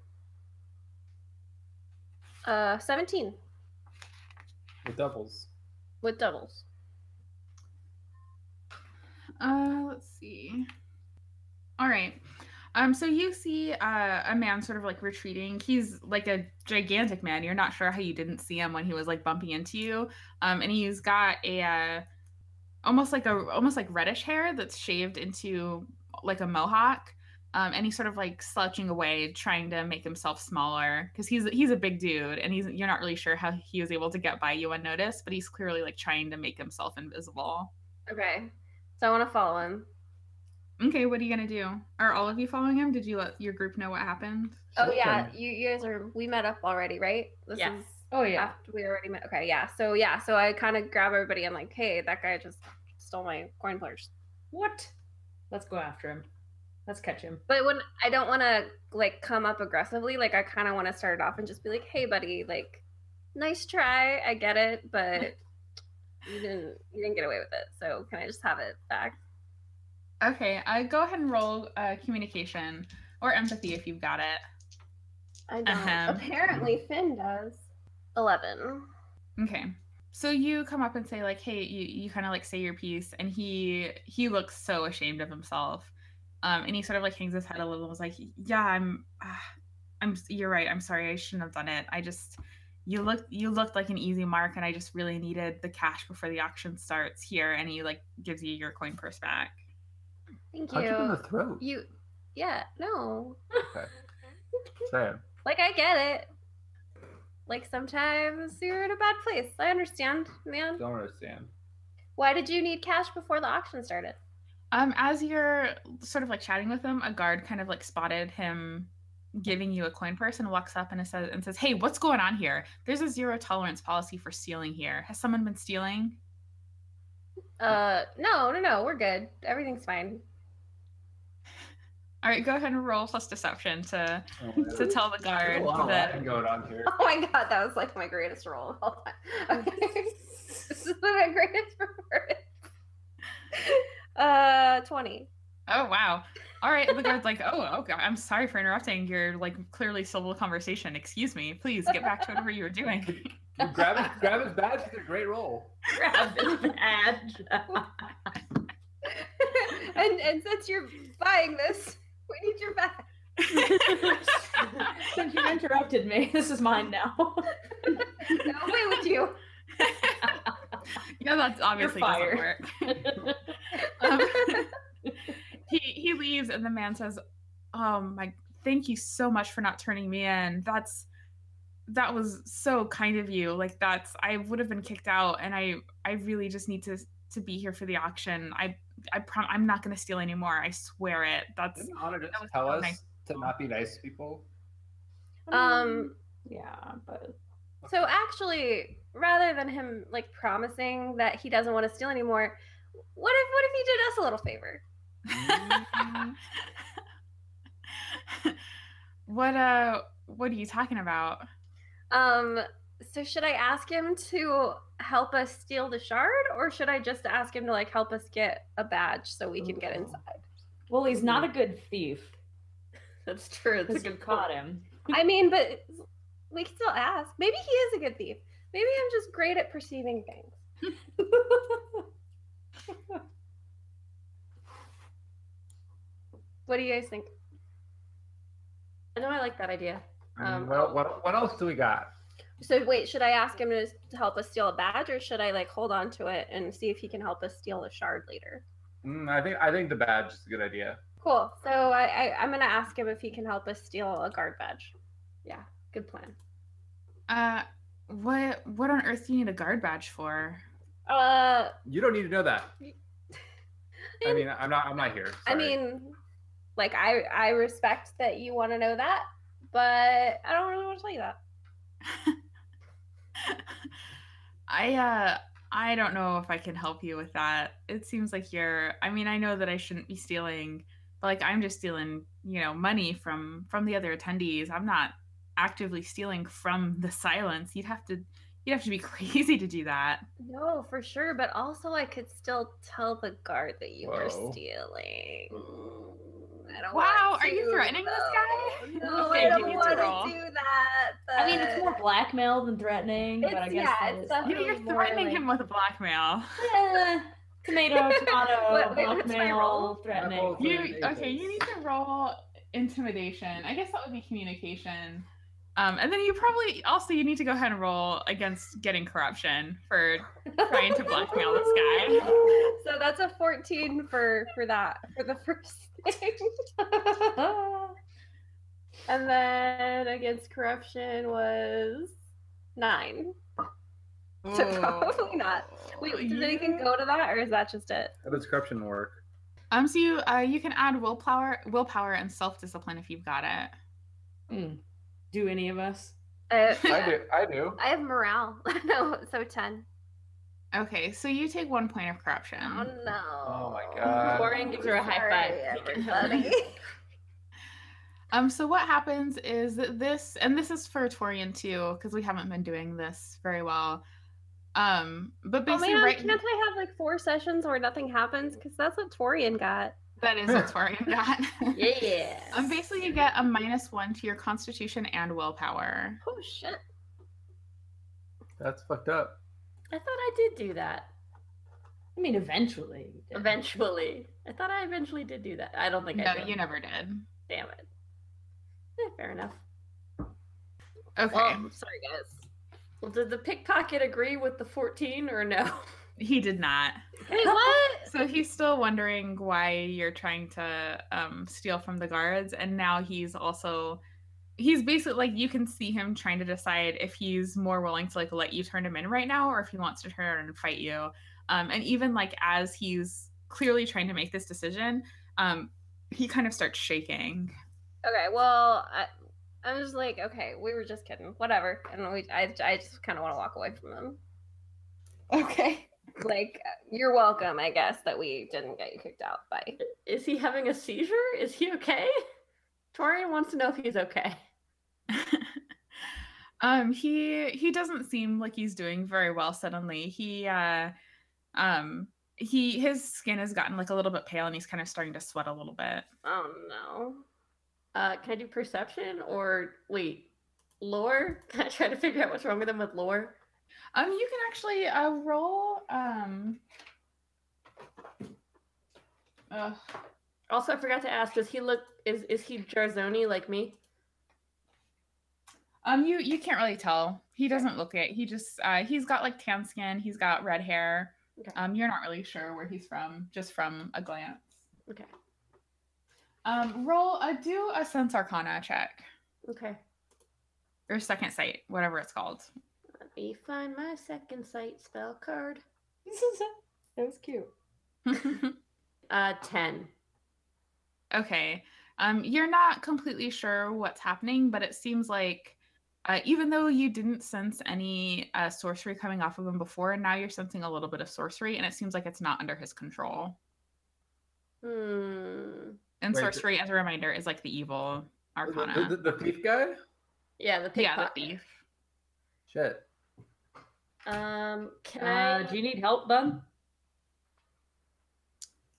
S8: uh, seventeen
S7: It doubles.
S8: with doubles.
S6: Uh, let's see. All right. Um, so you see uh, a man sort of like retreating. He's like a gigantic man. You're not sure how you didn't see him when he was like bumping into you. Um, and he's got a uh, almost like a almost like reddish hair that's shaved into like a mohawk. Um, and he's sort of like slouching away, trying to make himself smaller because he's he's a big dude, and he's you're not really sure how he was able to get by you unnoticed, but he's clearly like trying to make himself invisible.
S8: Okay. So I want to follow him.
S6: Okay, what are you gonna do? Are all of you following him? Did you let your group know what happened?
S8: Oh yeah,
S7: Something.
S8: you, you guys are. We met up already, right? This
S2: Yes.
S8: is
S2: Oh yeah.
S8: after we already met. Okay, yeah. So yeah, so I kind of grab everybody. I'm like, hey, that guy just stole my coin purse.
S2: What? Let's go after him. Let's catch
S7: [LAUGHS]
S2: him.
S8: But when I don't want to like come up aggressively, like I kind of want to start it off and just be like, hey, buddy, like, nice try. I get it, but you didn't you didn't get away with it. So can I just have it back?
S6: Okay, uh, go ahead and roll uh, communication or empathy if you've got it.
S8: I don't.
S6: Uh-huh.
S8: Apparently, Finn does. Eleven.
S6: Okay, so you come up and say like, "Hey," you, you kind of like say your piece, and he he looks so ashamed of himself, um, and he sort of like hangs his head a little and was like, "Yeah, I'm, uh, I'm. You're right. I'm sorry. I shouldn't have done it. I just." You looked you looked like an easy mark and I just really needed the cash before the auction starts here and he like gives you your coin purse back.
S8: Thank
S7: Punch him in the
S8: you.
S7: throat.
S8: You, yeah, no.
S7: Sam.
S8: Like I get it. Like sometimes you're in a bad place. I understand, man.
S7: Don't understand.
S8: Why did you need cash before the auction started?
S6: Um, as you're sort of like chatting with him, a guard kind of like spotted him giving you a coin purse and walks up and it says and says, "Hey, what's going on here? There's a zero tolerance policy for stealing here. Has someone been stealing?"
S8: Uh, no, no, no. We're good. Everything's fine.
S6: All right, go ahead and roll plus deception to
S7: Oh,
S6: to tell the
S7: there's
S6: guard
S7: a lot of
S6: that
S7: laughing going on here.
S8: [LAUGHS] Oh my god, that was like my greatest role of all time. [LAUGHS] Okay. this is my greatest performance. [LAUGHS] Uh, 20.
S6: Oh wow. All right, the guard's like, oh, okay. I'm sorry for interrupting your like clearly civil conversation. Excuse me. Please get back to whatever you were doing.
S7: You grab his, grab his badge. It's a great roll.
S2: Grab his badge.
S8: [LAUGHS] and and since you're buying this, [LAUGHS] we need your back.
S2: [LAUGHS] Since you interrupted me, this is mine now. [LAUGHS]
S8: No way would you.
S6: yeah, that's obviously doesn't
S2: fired.
S6: work.
S2: [LAUGHS]
S6: Um, [LAUGHS] he he leaves, and the man says, "Um, my thank you so much for not turning me in. That's that was so kind of you. Like that's I would have been kicked out, and I I really just need to to be here for the auction. I I prom- I'm not gonna steal anymore. I swear it. That's [LAUGHS]
S7: Didn't Anna just
S6: That was
S7: tell
S6: so
S7: us
S6: nice.
S7: to not be nice to people?
S8: Um,
S2: yeah, but
S8: So actually, rather than him like promising that he doesn't want to steal anymore, what if what if he did us a little favor?
S6: what uh what are you talking about
S8: Um, so should I ask him to help us steal the shard, or should I just ask him to like help us get a badge so we can get
S2: Ooh.
S8: inside?
S2: well, he's not a good thief.
S4: That's true. It's a
S2: Because you
S4: good call.
S2: caught him.
S8: I mean, but we can still ask. Maybe he is a good thief. Maybe I'm just great at perceiving things. What do you guys think?
S4: I know I like that idea.
S7: Um,
S4: Um,
S7: what, what, what else do we got?
S8: So wait, should I ask him to, to help us steal a badge, or should I like hold on to it and see if he can help us steal the shard later?
S7: Mm, I think I think the badge is a good idea.
S8: Cool. So I, I I'm gonna ask him if he can help us steal a guard badge. Yeah, good plan.
S6: uh what what on earth do you need a guard badge for
S8: Uh,
S7: You don't need to know that. I mean, I'm not. I'm not here.
S8: [LAUGHS] I
S7: sorry.
S8: mean, [LAUGHS] like I I respect that you want to know that, but I don't really want to tell you that.
S6: i uh i don't know if i can help you with that it seems like you're i mean i know that i shouldn't be stealing but like i'm just stealing you know money from from the other attendees i'm not actively stealing from the silence you'd have to you'd have to be [LAUGHS] crazy to do that
S8: No, for sure. But also, I could still tell the guard that you were
S7: Whoa.
S8: stealing. I don't
S6: Wow,
S8: want
S6: are you
S8: to,
S6: threatening this
S8: though.
S6: guy?
S8: No,
S6: [LAUGHS] Okay,
S8: Oh, I
S6: you
S8: don't
S6: need to
S8: want
S6: roll.
S8: to do that.
S2: I mean, it's
S8: but-
S2: more blackmail than threatening, but I
S8: It's-
S2: guess
S8: yeah,
S2: that
S8: it's [LAUGHS]
S2: is-
S8: definitely-
S6: you know, you're
S2: more
S6: threatening
S2: like-
S6: him with blackmail
S2: Eh, tomato, tomato,
S8: Wait, wait, what's my
S2: blackmail,
S8: roll?
S2: threatening.
S6: You okay? You need to roll intimidation. I guess that would be communication. Um, and then you probably also you need to go ahead and roll against getting corruption for trying to blackmail this guy.
S8: [LAUGHS] So that's a 14 for for that for the first thing. and then against corruption was nine. So probably not. Wait, does
S6: You-
S8: anything go to that, or is that just it?
S7: How does corruption work?
S6: Um, so you uh, you can add willpower, willpower, and self discipline if you've got it.
S2: Mm. Do any of us?
S8: Uh,
S7: I do. I
S8: [LAUGHS]
S7: do.
S8: I have morale. no, so 10.
S6: Okay, so you take one point of corruption.
S8: Oh no.
S7: Oh my God.
S4: Warren gives her a high
S8: Sorry, everybody.
S6: Um, so what happens is that this, and this is for Torian too, because we haven't been doing this very well. Um, but
S8: oh
S6: basically,
S8: man,
S6: right
S8: can't I have like four sessions where nothing happens? Because that's what Torian got.
S6: that is what Torian got. [LAUGHS]
S4: Yeah.
S6: um, basically, you get a minus one to your Constitution and willpower.
S8: Oh shit.
S7: That's fucked up.
S4: I thought I did do that.
S2: I mean, eventually. you did.
S4: Eventually. I thought I eventually did do that. I don't think
S6: no,
S4: I did.
S6: you never did.
S4: Damn it. Yeah, fair enough.
S6: Okay,
S4: Well, sorry guys. Well, did the pickpocket agree with the 14 or no? [LAUGHS]
S6: he did not.
S4: Wait, what?
S6: [LAUGHS] So he's still wondering why you're trying to um, steal from the guards, and now he's also he's basically like you can see him trying to decide if he's more willing to like let you turn him in right now or if he wants to turn around and fight you. Um, and even like as he's clearly trying to make this decision, um, he kind of starts shaking.
S8: Okay, well, I, I was like, okay, we were just kidding, whatever, and we, I, I just kind of want to walk away from them.
S6: Okay.
S8: [LAUGHS] like you're welcome, I guess, that we didn't get you kicked out by.
S4: Is he having a seizure? Is he okay? Torian wants to know if he's okay.
S6: [LAUGHS] um he he doesn't seem like he's doing very well suddenly he uh um he his skin has gotten like a little bit pale and he's kind of starting to sweat a little bit
S4: Oh no. Uh, can I do perception or wait, lore? [LAUGHS] Can I try to figure out what's wrong with him with lore?
S6: um you can actually uh roll um Ugh.
S4: Also, I forgot to ask. Does he look? Is is he Jarzoni like me?
S6: um you you can't really tell he doesn't look it he just uh he's got like tan skin he's got red hair
S4: Okay.
S6: um you're not really sure where he's from just from a glance
S4: Okay.
S6: um roll uh do a sense arcana check
S4: Okay.
S6: or second sight whatever it's
S4: [LAUGHS]
S6: called
S4: Let me find my second sight spell card.
S2: Uh,
S8: That was cute.
S4: Uh, ten.
S6: Okay. Um, you're not completely sure what's happening, but it seems like uh, even though you didn't sense any uh, sorcery coming off of him before, now you're sensing a little bit of sorcery, and it seems like it's not under his control.
S4: Hmm.
S6: And
S7: Wait, th-
S6: sorcery, as a reminder, is like the evil arcana.
S7: The, the, the thief guy?
S4: Yeah,
S6: yeah,
S4: the
S6: the
S4: pickpocket.
S6: thief.
S7: Shit.
S4: Um, can
S2: Uh,
S4: I?
S2: do you need help, bud?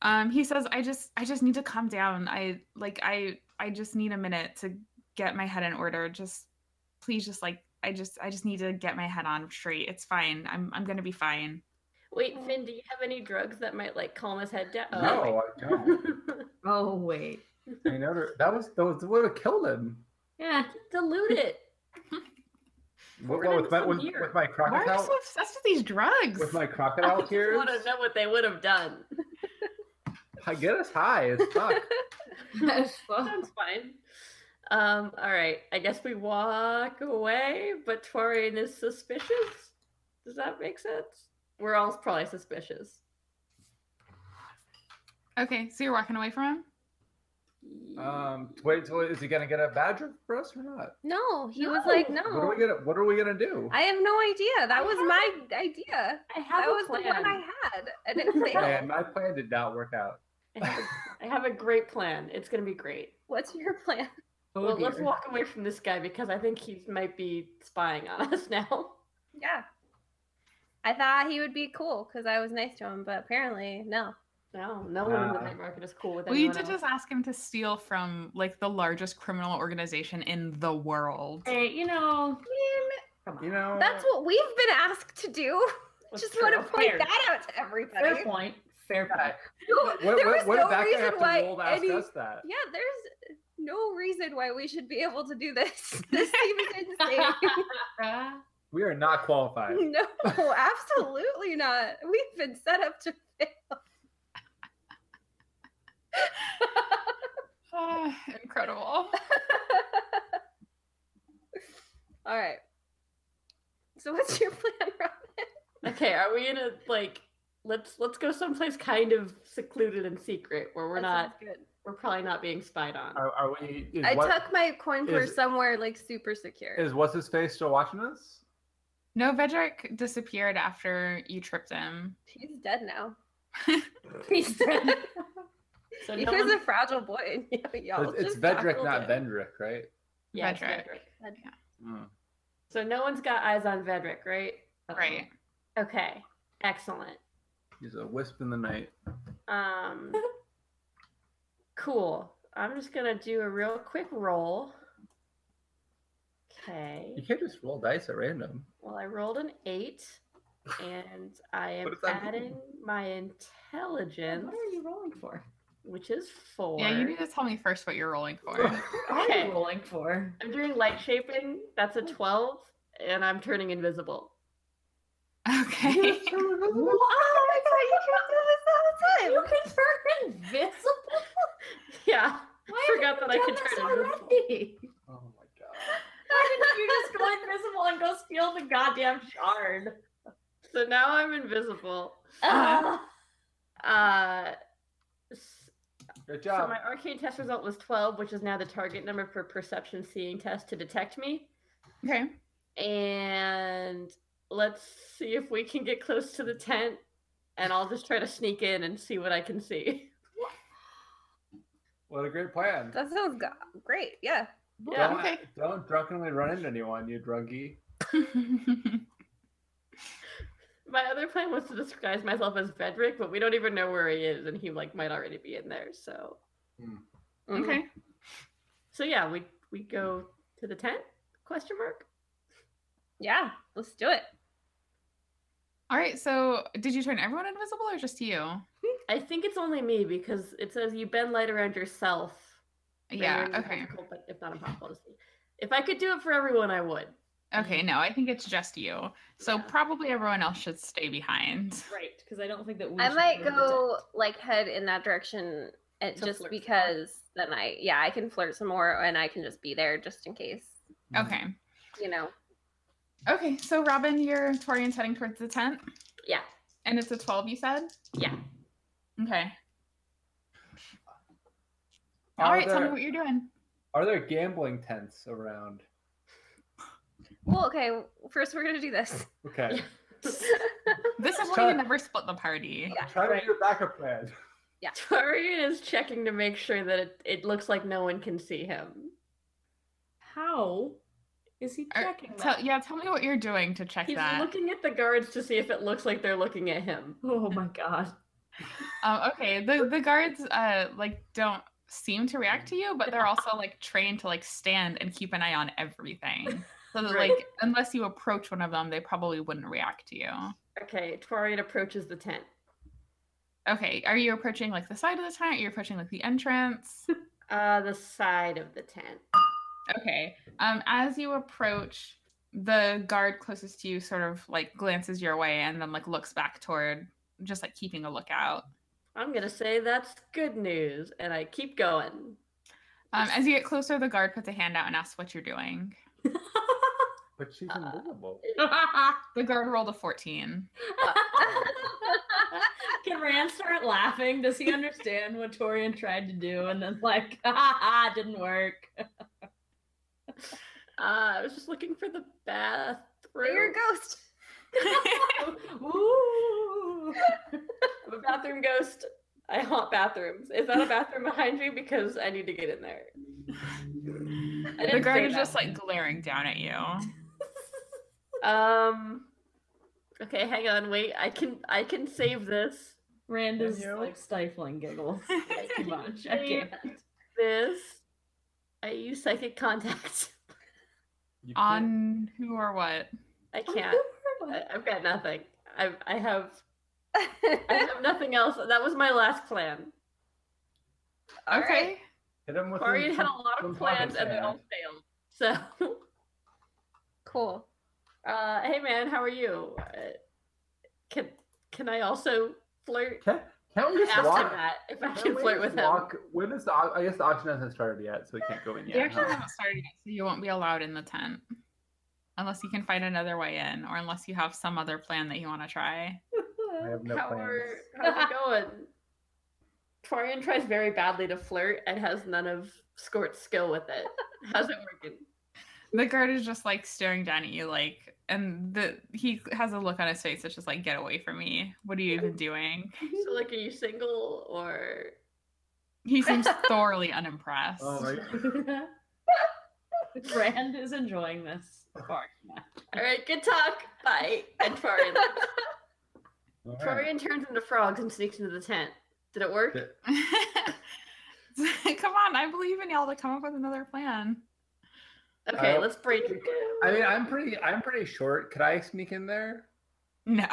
S6: Um, he says, "I just, I just need to calm down. I like, I, I just need a minute to get my head in order. Just, please, just like, I just, I just need to get my head on straight. It's fine. I'm, I'm gonna be fine."
S4: Wait, Finn. Do you have any drugs that might like calm his head down? Oh,
S7: no, I don't.
S4: wait.
S8: [LAUGHS]
S2: Oh wait.
S7: I never. That was that was would have killed him.
S2: Yeah.
S4: dilute it.
S7: What,
S4: We're
S7: what, with, my,
S4: not
S7: with,
S4: here.
S7: with my
S6: Why are you
S7: crocodile
S6: so obsessed with these drugs?
S8: [LAUGHS]
S7: with my crocodile tears?
S4: want to know what they would have [LAUGHS] done.
S7: Hi- Get us high
S8: [LAUGHS]
S7: as fuck.
S2: As fuck.
S4: Sounds fine. Um, all right. I guess we walk away, but Torian is suspicious. Does that make sense? We're all probably suspicious.
S6: Okay, so you're walking away from him?
S7: um, wait, so is he gonna get a badger for us or not?
S8: No, he was like, no.
S7: What are we gonna What are we gonna do?
S8: I have no idea. That was my idea.
S4: I have
S8: That
S4: a
S8: was
S4: plan.
S8: the one I had, [LAUGHS] and it failed.
S7: Man, my plan did not work out.
S4: I have, a, I have a great plan. It's gonna be great.
S8: What's your plan?
S2: Oh,
S4: well, let's
S2: dear.
S4: walk away from this guy because I think he might be spying on us now.
S8: Yeah. I thought he would be cool because I was nice to him, but apparently, no.
S4: No, no one in the
S7: Nah.
S4: night market is cool with
S6: Well, you
S4: anyone
S6: Uh, did
S4: else.
S6: just ask him to steal from like the largest criminal organization in the world.
S2: Hey, you know,
S7: You know,
S8: That's what we've been asked to do.
S4: That's
S8: Just
S4: true.
S8: want to point
S2: Fair.
S8: that out to everybody.
S2: fair point. Fair
S8: [LAUGHS]
S2: point.
S8: No,
S7: What,
S8: there
S7: what,
S8: was
S7: what
S8: no
S7: did that guy
S8: reason
S7: have to
S8: why
S7: roll to ask
S8: any.
S7: us that?
S8: Yeah, there's no reason why we should be able to
S7: [LAUGHS]
S8: do this. This seems insane.
S7: We are not
S8: [LAUGHS]
S7: qualified.
S8: No, absolutely not. We've been set up to
S6: Ah, incredible.
S8: All right. So what's your plan, Rob?
S4: Okay, are we in a like? Let's let's go someplace kind of secluded and secret where we're
S8: That
S4: not.
S8: sounds good.
S4: We're probably not being spied on.
S7: Are, are we? Is,
S8: I
S7: what,
S8: tuck my coin purse
S7: is-
S8: somewhere like super secure.
S7: is what's his face still watching us?
S6: [LAUGHS] No, Vedric disappeared after you tripped him.
S8: He's dead now.
S4: [LAUGHS] He's dead.
S7: [LAUGHS]
S4: so
S8: He
S4: no
S8: was
S4: one,
S8: a fragile boy. and [LAUGHS]
S4: Oh,
S8: Y'all
S7: It's, it's
S8: just
S7: Vedric,
S8: tackled
S7: not
S8: him.
S7: Vendrick, right?
S4: yeah, it's
S6: Vedric.
S4: Vedric.
S7: Mm.
S4: So no one's got eyes on Vedric, right?
S6: Right.
S4: Okay. Excellent.
S7: He's a wisp in the night.
S6: [LAUGHS]
S4: Um, cool. I'm just gonna do a real quick roll. Okay.
S7: You can't just roll dice at random.
S4: Well, I rolled an eight, and I am
S7: does that mean?
S4: adding my intelligence,
S2: What are you rolling for?
S4: which is four.
S6: Yeah, you need to tell me first what you're rolling for.
S2: What are
S4: Okay.
S2: you rolling for?
S4: I'm doing light shaping. That's a 12, and I'm turning invisible.
S6: [LAUGHS]
S4: [LAUGHS]
S6: okay.
S8: Oh my god, you can't do this all the time.
S2: You can turn invisible.
S8: [LAUGHS]
S4: Yeah.
S2: Why
S4: [LAUGHS] Forgot
S2: haven't
S4: that I
S2: you
S4: could
S2: done this
S4: turn invisible.
S2: already?
S7: [LAUGHS] Oh my god.
S2: Why didn't you just go invisible and go steal the goddamn shard?
S4: So now I'm invisible. Uh, s-
S7: Good
S4: so
S7: job.
S4: my arcane test result was 12, which is now the target number for perception seeing test to detect me.
S6: Okay.
S4: And let's see if we can get close to the tent and I'll just try to sneak in and see what I can see. [LAUGHS]
S7: What a great plan.
S8: [LAUGHS] That sounds go- great. Yeah.
S4: Yeah.
S7: Don't,
S4: [LAUGHS]
S7: don't drunkenly run into anyone, you drunkie.
S4: My other plan was to disguise myself as Frederick, but we don't even know where he is, and he like might already be in there. So,
S7: Hmm.
S4: Mhm.
S6: okay.
S4: So yeah, we we go to the tent? Question mark.
S8: Yeah. Let's do it.
S6: All right. So, did you turn everyone invisible or just you?
S4: I think it's only me because it says you bend light around yourself. but
S6: Yeah.
S4: yours is
S6: Okay.
S4: difficult, but if not impossible to see. If I could do it for everyone,
S6: [LAUGHS]
S4: I would.
S6: Okay. No, I think it's just you. So
S4: Yeah.
S6: probably everyone else should stay behind.
S2: Right, because I don't think that we.
S8: I
S2: should
S8: might
S2: the
S8: go
S2: tent.
S8: like head in that direction and
S4: To
S8: just
S4: flirt some more.
S8: because then I yeah, I can flirt some more and I can just be there just in case.
S4: Mm-hmm.
S6: Okay.
S8: You know.
S6: Okay. So, Robin, your Torian's heading towards the tent,
S4: Yeah.
S6: and it's a 12, you said?
S4: Yeah.
S6: Okay. All
S7: Are
S6: right. Tell me
S7: there-
S6: what you're doing.
S7: Are there gambling tents around?
S8: Well, okay, first we're gonna do this.
S7: Okay.
S6: This
S4: [LAUGHS]
S6: is why
S7: Sorry.
S6: you never split the party.
S7: [LAUGHS]
S8: Yeah,
S7: Try
S4: right.
S7: to do a backup plan. [LAUGHS]
S4: Tarian is checking to make sure that it, it looks like no one can see him.
S2: How is he
S6: Or-
S2: checking that?
S6: Tell, yeah, tell me what you're doing to check
S4: He's
S6: that.
S4: looking at the guards to see if it looks like they're looking at him.
S2: Oh my god. [LAUGHS]
S6: Um, okay, the the guards uh like don't seem to react to you, but they're also like trained to like stand and keep an eye on
S4: [LAUGHS]
S6: everything. So that,
S4: Right.
S6: like unless you approach one of them, they probably wouldn't react to you.
S4: Okay, Tarian approaches the tent.
S6: Okay, are you approaching like the side of the tent? Are you approaching like the entrance?
S4: [LAUGHS] Uh, the side of the tent.
S6: Okay. Um, as you approach, the guard closest to you sort of like glances your way and then like looks back toward, just like keeping a lookout.
S4: I'm gonna say that's good news, and I keep going.
S6: Um, as you get closer, the guard puts a hand out and asks what you're doing.
S7: But she's
S4: Uh,
S7: invisible.
S6: The guard rolled a 14.
S2: Can Rand start laughing? Does he understand what Torian tried to do and then like, [LAUGHS] ha ha, ha, didn't work?
S4: Uh, I was just looking for the bathroom.
S8: You're a ghost.
S2: Ooh.
S4: I'm a bathroom ghost. I haunt bathrooms. Is that a bathroom behind you? Because I need to get in there. I
S6: The
S4: didn't
S6: guard
S4: say
S6: is
S4: that.
S6: just like glaring down at you.
S4: Um. Okay, hang on. Wait, I can I can save this.
S2: Rand is
S7: Hello?
S2: like stifling
S4: [LAUGHS]
S2: giggles. It's too much. I
S4: Save
S2: can't.
S4: This. I use psychic contact. [LAUGHS]
S7: You can't-
S6: On who or what?
S4: I can't. I, I've got nothing. I I have I have nothing else. That was my last plan.
S8: All
S6: okay.
S8: right.
S7: Hit him with
S4: Marion
S7: some-
S4: had a lot
S7: some
S4: of plans
S7: pocket
S4: and they all
S7: sand.
S4: failed. So.
S8: [LAUGHS] Cool.
S4: Uh, hey man, how are you? Uh, can can I also flirt?
S7: Can, [LAUGHS] can't we just
S4: Ask him
S7: walk?
S4: that if I
S7: can't
S4: can
S7: we
S4: flirt
S7: just
S4: with him.
S7: walk- When is the? au- I guess the auction hasn't started yet, so we can't go in
S6: They
S7: yet.
S6: actually
S7: huh?
S6: haven't started yet, so you won't be allowed in the tent. Unless you can find another way in, or unless you have some other plan that you want to try.
S7: I have no
S4: how
S7: plans.
S4: are how's it
S7: [LAUGHS]
S4: going? Torian tries very badly to flirt and has none of Scort's skill with it. How's it working?
S6: The guard is just like staring down at you, like, and the he has a look on his face that's just like, "Get away from me! What are you even doing?"
S4: So like, are you single or?
S6: He [LAUGHS] seems thoroughly unimpressed.
S7: Oh my [LAUGHS]
S2: [LAUGHS] Rand is enjoying this. far too much.
S4: All right, good talk. Bye.
S7: [LAUGHS]
S4: And Torian,
S7: All right.
S4: Torian turns into frogs and sneaks into the tent. Did it work?
S7: Did-
S6: [LAUGHS] come on, I believe in y'all to come up with another plan.
S4: Okay,
S7: I-
S4: let's break.
S7: I mean, I'm pretty. I'm pretty short. Could I sneak in there?
S6: No.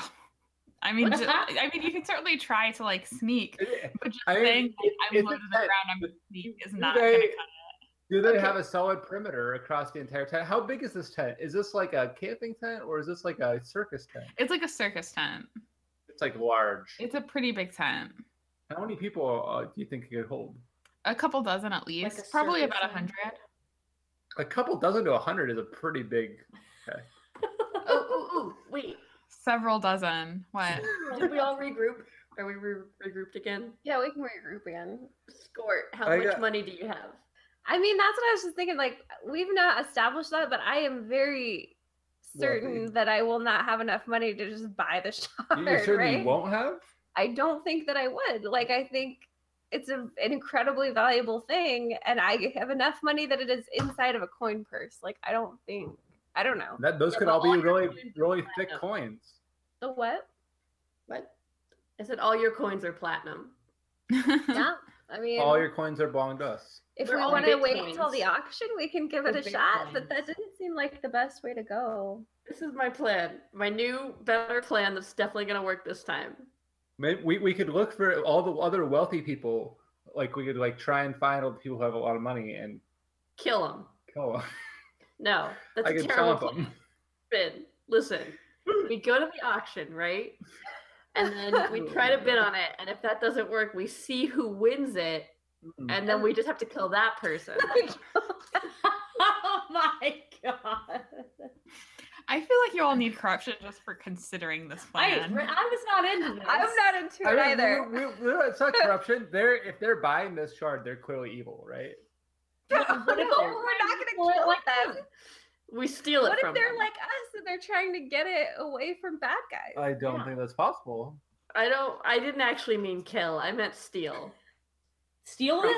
S6: I mean, ju- I mean, you can certainly try to like sneak, but just
S7: I mean,
S6: saying like,
S7: it's
S6: I'm
S7: a
S6: low to the
S7: tent.
S6: ground, I'm gonna sneak is
S7: Do
S6: not gonna
S7: they-
S6: cut
S7: Do they
S4: Okay.
S7: have a solid perimeter across the entire tent? How big is this tent? Is this like a camping tent or is this like a circus tent?
S6: it. It's like a circus tent.
S7: It's like large.
S6: It's a pretty big tent.
S7: How many people uh, do you think it could hold?
S6: A couple dozen at least,
S2: a
S6: probably
S2: circus
S6: about a
S2: tent?
S6: hundred.
S7: A couple dozen to a hundred is a pretty big.
S4: Oh, ooh, ooh, wait.
S6: Several dozen.
S2: [LAUGHS]
S6: What?
S4: Did we all regroup? Are we re- regrouped again?
S8: Yeah, we can regroup again.
S4: Scort, how
S7: I
S4: much
S7: got-
S4: money do you have?
S8: I mean, that's what I was just thinking. Like, we've not established that, but I am very certain
S7: Wealthy.
S8: that I will not have enough money to just buy the shop.
S7: You certainly
S8: right?
S7: won't have.
S8: I don't think that I would. Like, I think it's a, an incredibly valuable thing, and I have enough money that it is inside of a coin purse. Like, I don't think, I don't know.
S7: That those
S4: Yeah,
S7: could
S4: but
S7: all
S4: all
S7: be
S4: your
S7: really,
S4: coins are
S7: really thick
S4: platinum.
S7: coins.
S8: The
S4: [LAUGHS]
S8: what?
S4: What? I said all your coins are platinum.
S8: Yeah. I mean,
S7: All your coins are belong to us.
S8: if we
S4: They're all
S8: want to
S4: Bitcoins.
S8: wait until the auction, we can give it
S4: They're
S8: a shot,
S4: Bitcoins.
S8: but that didn't seem like the best way to
S4: [LAUGHS]
S8: go.
S4: This is my plan. My new, better plan that's definitely gonna work this time.
S7: Maybe we, we could look for all the other wealthy people. Like we could like try and find all the people who have a lot of money and
S4: Kill him.
S7: [LAUGHS] kill them.
S4: No, that's
S7: I
S4: a
S7: could
S4: terrible
S7: chomp
S4: plan. [LAUGHS]
S7: them.
S4: bid. Listen, we go to the auction, right? And then we try to bid on it. And if that doesn't work, we see who wins it. And then we just have to kill that person.
S2: oh my god!
S6: [LAUGHS] I feel like you all need corruption just for considering this
S2: I,
S6: plan.
S2: I was not into this.
S8: I'm not into it either.
S7: We, we, we, it's not corruption. They're if they're buying this shard, they're clearly evil, right?
S4: What
S8: [LAUGHS]
S4: if
S8: No, we're
S4: they're-
S8: not going to
S4: Well,
S8: kill
S4: like
S8: them.
S4: we steal it
S8: What
S4: from
S8: if they're
S4: them.
S8: like us and they're trying to get it away from bad guys?
S7: I don't
S4: Yeah.
S7: think that's possible.
S4: I don't. I didn't actually mean kill. I meant steal.
S2: steal them?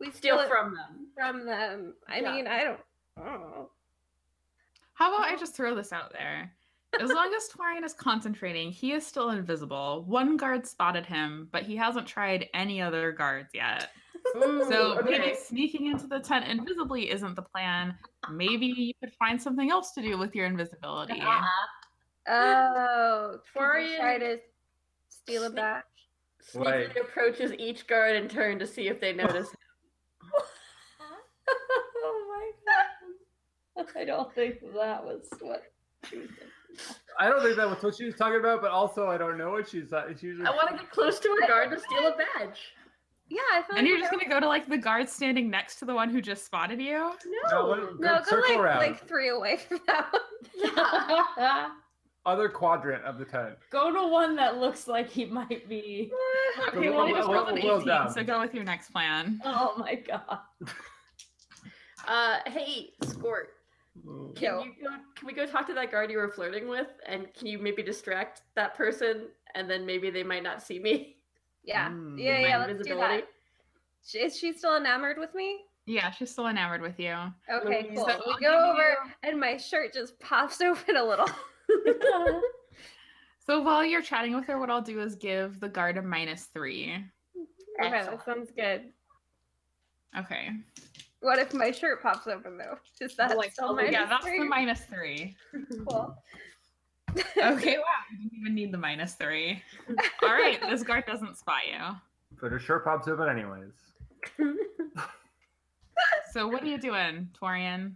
S8: we
S4: Steal
S8: steal it
S4: from them.
S8: from them. I
S4: Yeah.
S8: mean, I don't. I don't know.
S6: How about I just throw this out there? As long as Twarian is concentrating, he is still invisible. One guard spotted him, but he hasn't tried any other guards yet. So
S4: Ooh,
S6: maybe sneaking into the tent invisibly isn't the plan. Maybe you could find something else to do with your invisibility.
S8: Oh, could you try
S4: Florian-
S8: to steal it
S4: Sneak-
S8: back.
S4: Sneakily
S7: Like-
S4: approaches each guard in turn to see if they notice. him.
S2: oh my god! I don't think that was what.
S7: I don't think that was what she was talking about, but also I don't know what she's. uh, She was
S4: I want to get close to a guard to steal a badge.
S8: Yeah, I feel like
S6: And you're
S8: we
S6: just
S8: don't-
S6: gonna go to like the guard standing next to the one who just spotted you.
S7: No, what- go
S8: no, go
S7: circle
S8: like
S7: around.
S8: like three away from that one.
S7: Other quadrant of the tent.
S2: [LAUGHS] Go to one that looks like he might be.
S6: Okay,
S7: Go-
S6: well, I
S7: go-
S6: just
S7: go-
S6: rolled an
S7: go- go
S6: 18,
S7: down.
S6: so go with your next plan.
S2: Oh my god!
S4: Uh, hey, Squirt. Can
S8: Yo.
S4: you go, can we go talk to that guard you were flirting with, and can you maybe distract that person, and then maybe they might not see me. [LAUGHS]
S8: Yeah,
S7: Mm,
S8: yeah,
S4: my
S8: yeah. Let's do that.
S4: invisibility.
S8: Sh- Is she still enamored with me?
S6: Yeah, she's still enamored with you.
S8: Okay,
S4: Mm,
S8: cool.
S6: so I'll
S8: we
S6: give
S8: go over, and my shirt just pops [LAUGHS] open a little.
S6: So while you're chatting with her, what I'll do is give the guard a minus three.
S8: okay,
S4: Excellent.
S8: that sounds good.
S6: Okay.
S8: What if my shirt pops open though? Is that
S4: Like,
S8: still
S4: oh,
S8: my
S6: yeah, that's the
S8: shirt?
S6: minus
S8: [LAUGHS]
S6: three.
S8: Cool.
S6: Okay, wow. You didn't even need the minus three. All right, this guard doesn't spot you.
S7: But her shirt pops open anyways.
S6: So what are you doing, Torian?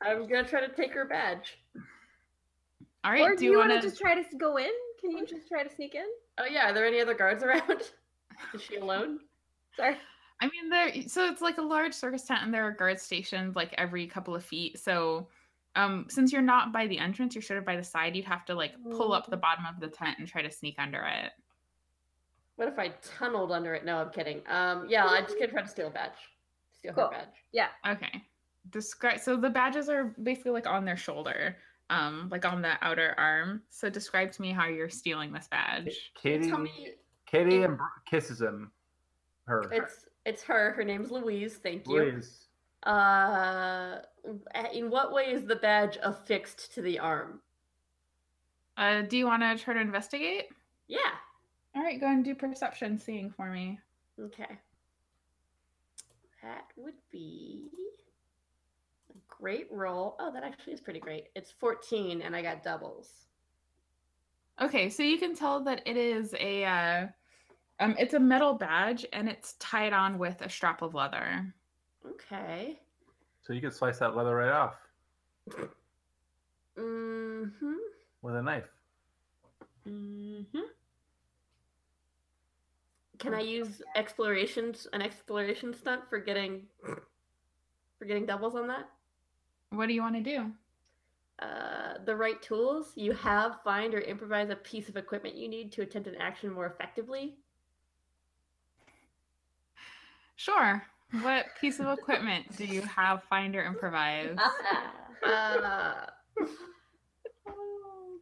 S4: I'm gonna try to take her badge.
S6: All right,
S8: Or do you want to
S6: wanna
S8: just try to s- go in? Can you just try to sneak in?
S4: Oh yeah, are there any other guards around? [LAUGHS] Is she alone?
S8: Sorry.
S6: I mean, there. So it's like a large circus tent, and there are guards stationed like every couple of feet. So, um, since you're not by the entrance, you're sort of by the side. You'd have to like pull up the
S8: Mm.
S6: bottom of the tent and try to sneak under it.
S4: What if I tunneled under it? No, I'm kidding. Um, yeah, I just gonna try to steal a badge. Steal her
S8: Cool.
S4: badge.
S6: Okay. Describe. So the badges are basically like on their shoulder, um, like on the outer arm. So describe to me how you're stealing this badge.
S7: Katie,
S4: Tell me,
S7: Katie
S4: it-
S7: and kisses him. Her.
S4: it's it's her. Her name's Louise. Thank you.
S7: Please.
S4: Uh, in what way is the badge affixed to the arm?
S6: Uh, do you want to try to investigate?
S4: Yeah.
S6: All right, go and do perception seeing for me.
S4: Okay. That would be a great roll. Oh, that actually is pretty great. It's 14 and I got doubles.
S6: Okay, so you can tell that it is a uh, um it's a metal badge and it's tied on with a strap of leather.
S4: Okay.
S7: So you could slice that leather right off
S4: Mm-hmm.
S7: with a knife.
S2: Mm-hmm.
S4: Can I use explorations an exploration stunt for getting for getting doubles on that?
S6: What do you want to do?
S4: Uh, the right tools you have find or improvise a piece of equipment you need to attempt an action more effectively
S6: Sure. What piece of equipment do you have find or improvise?
S4: uh,
S7: [LAUGHS]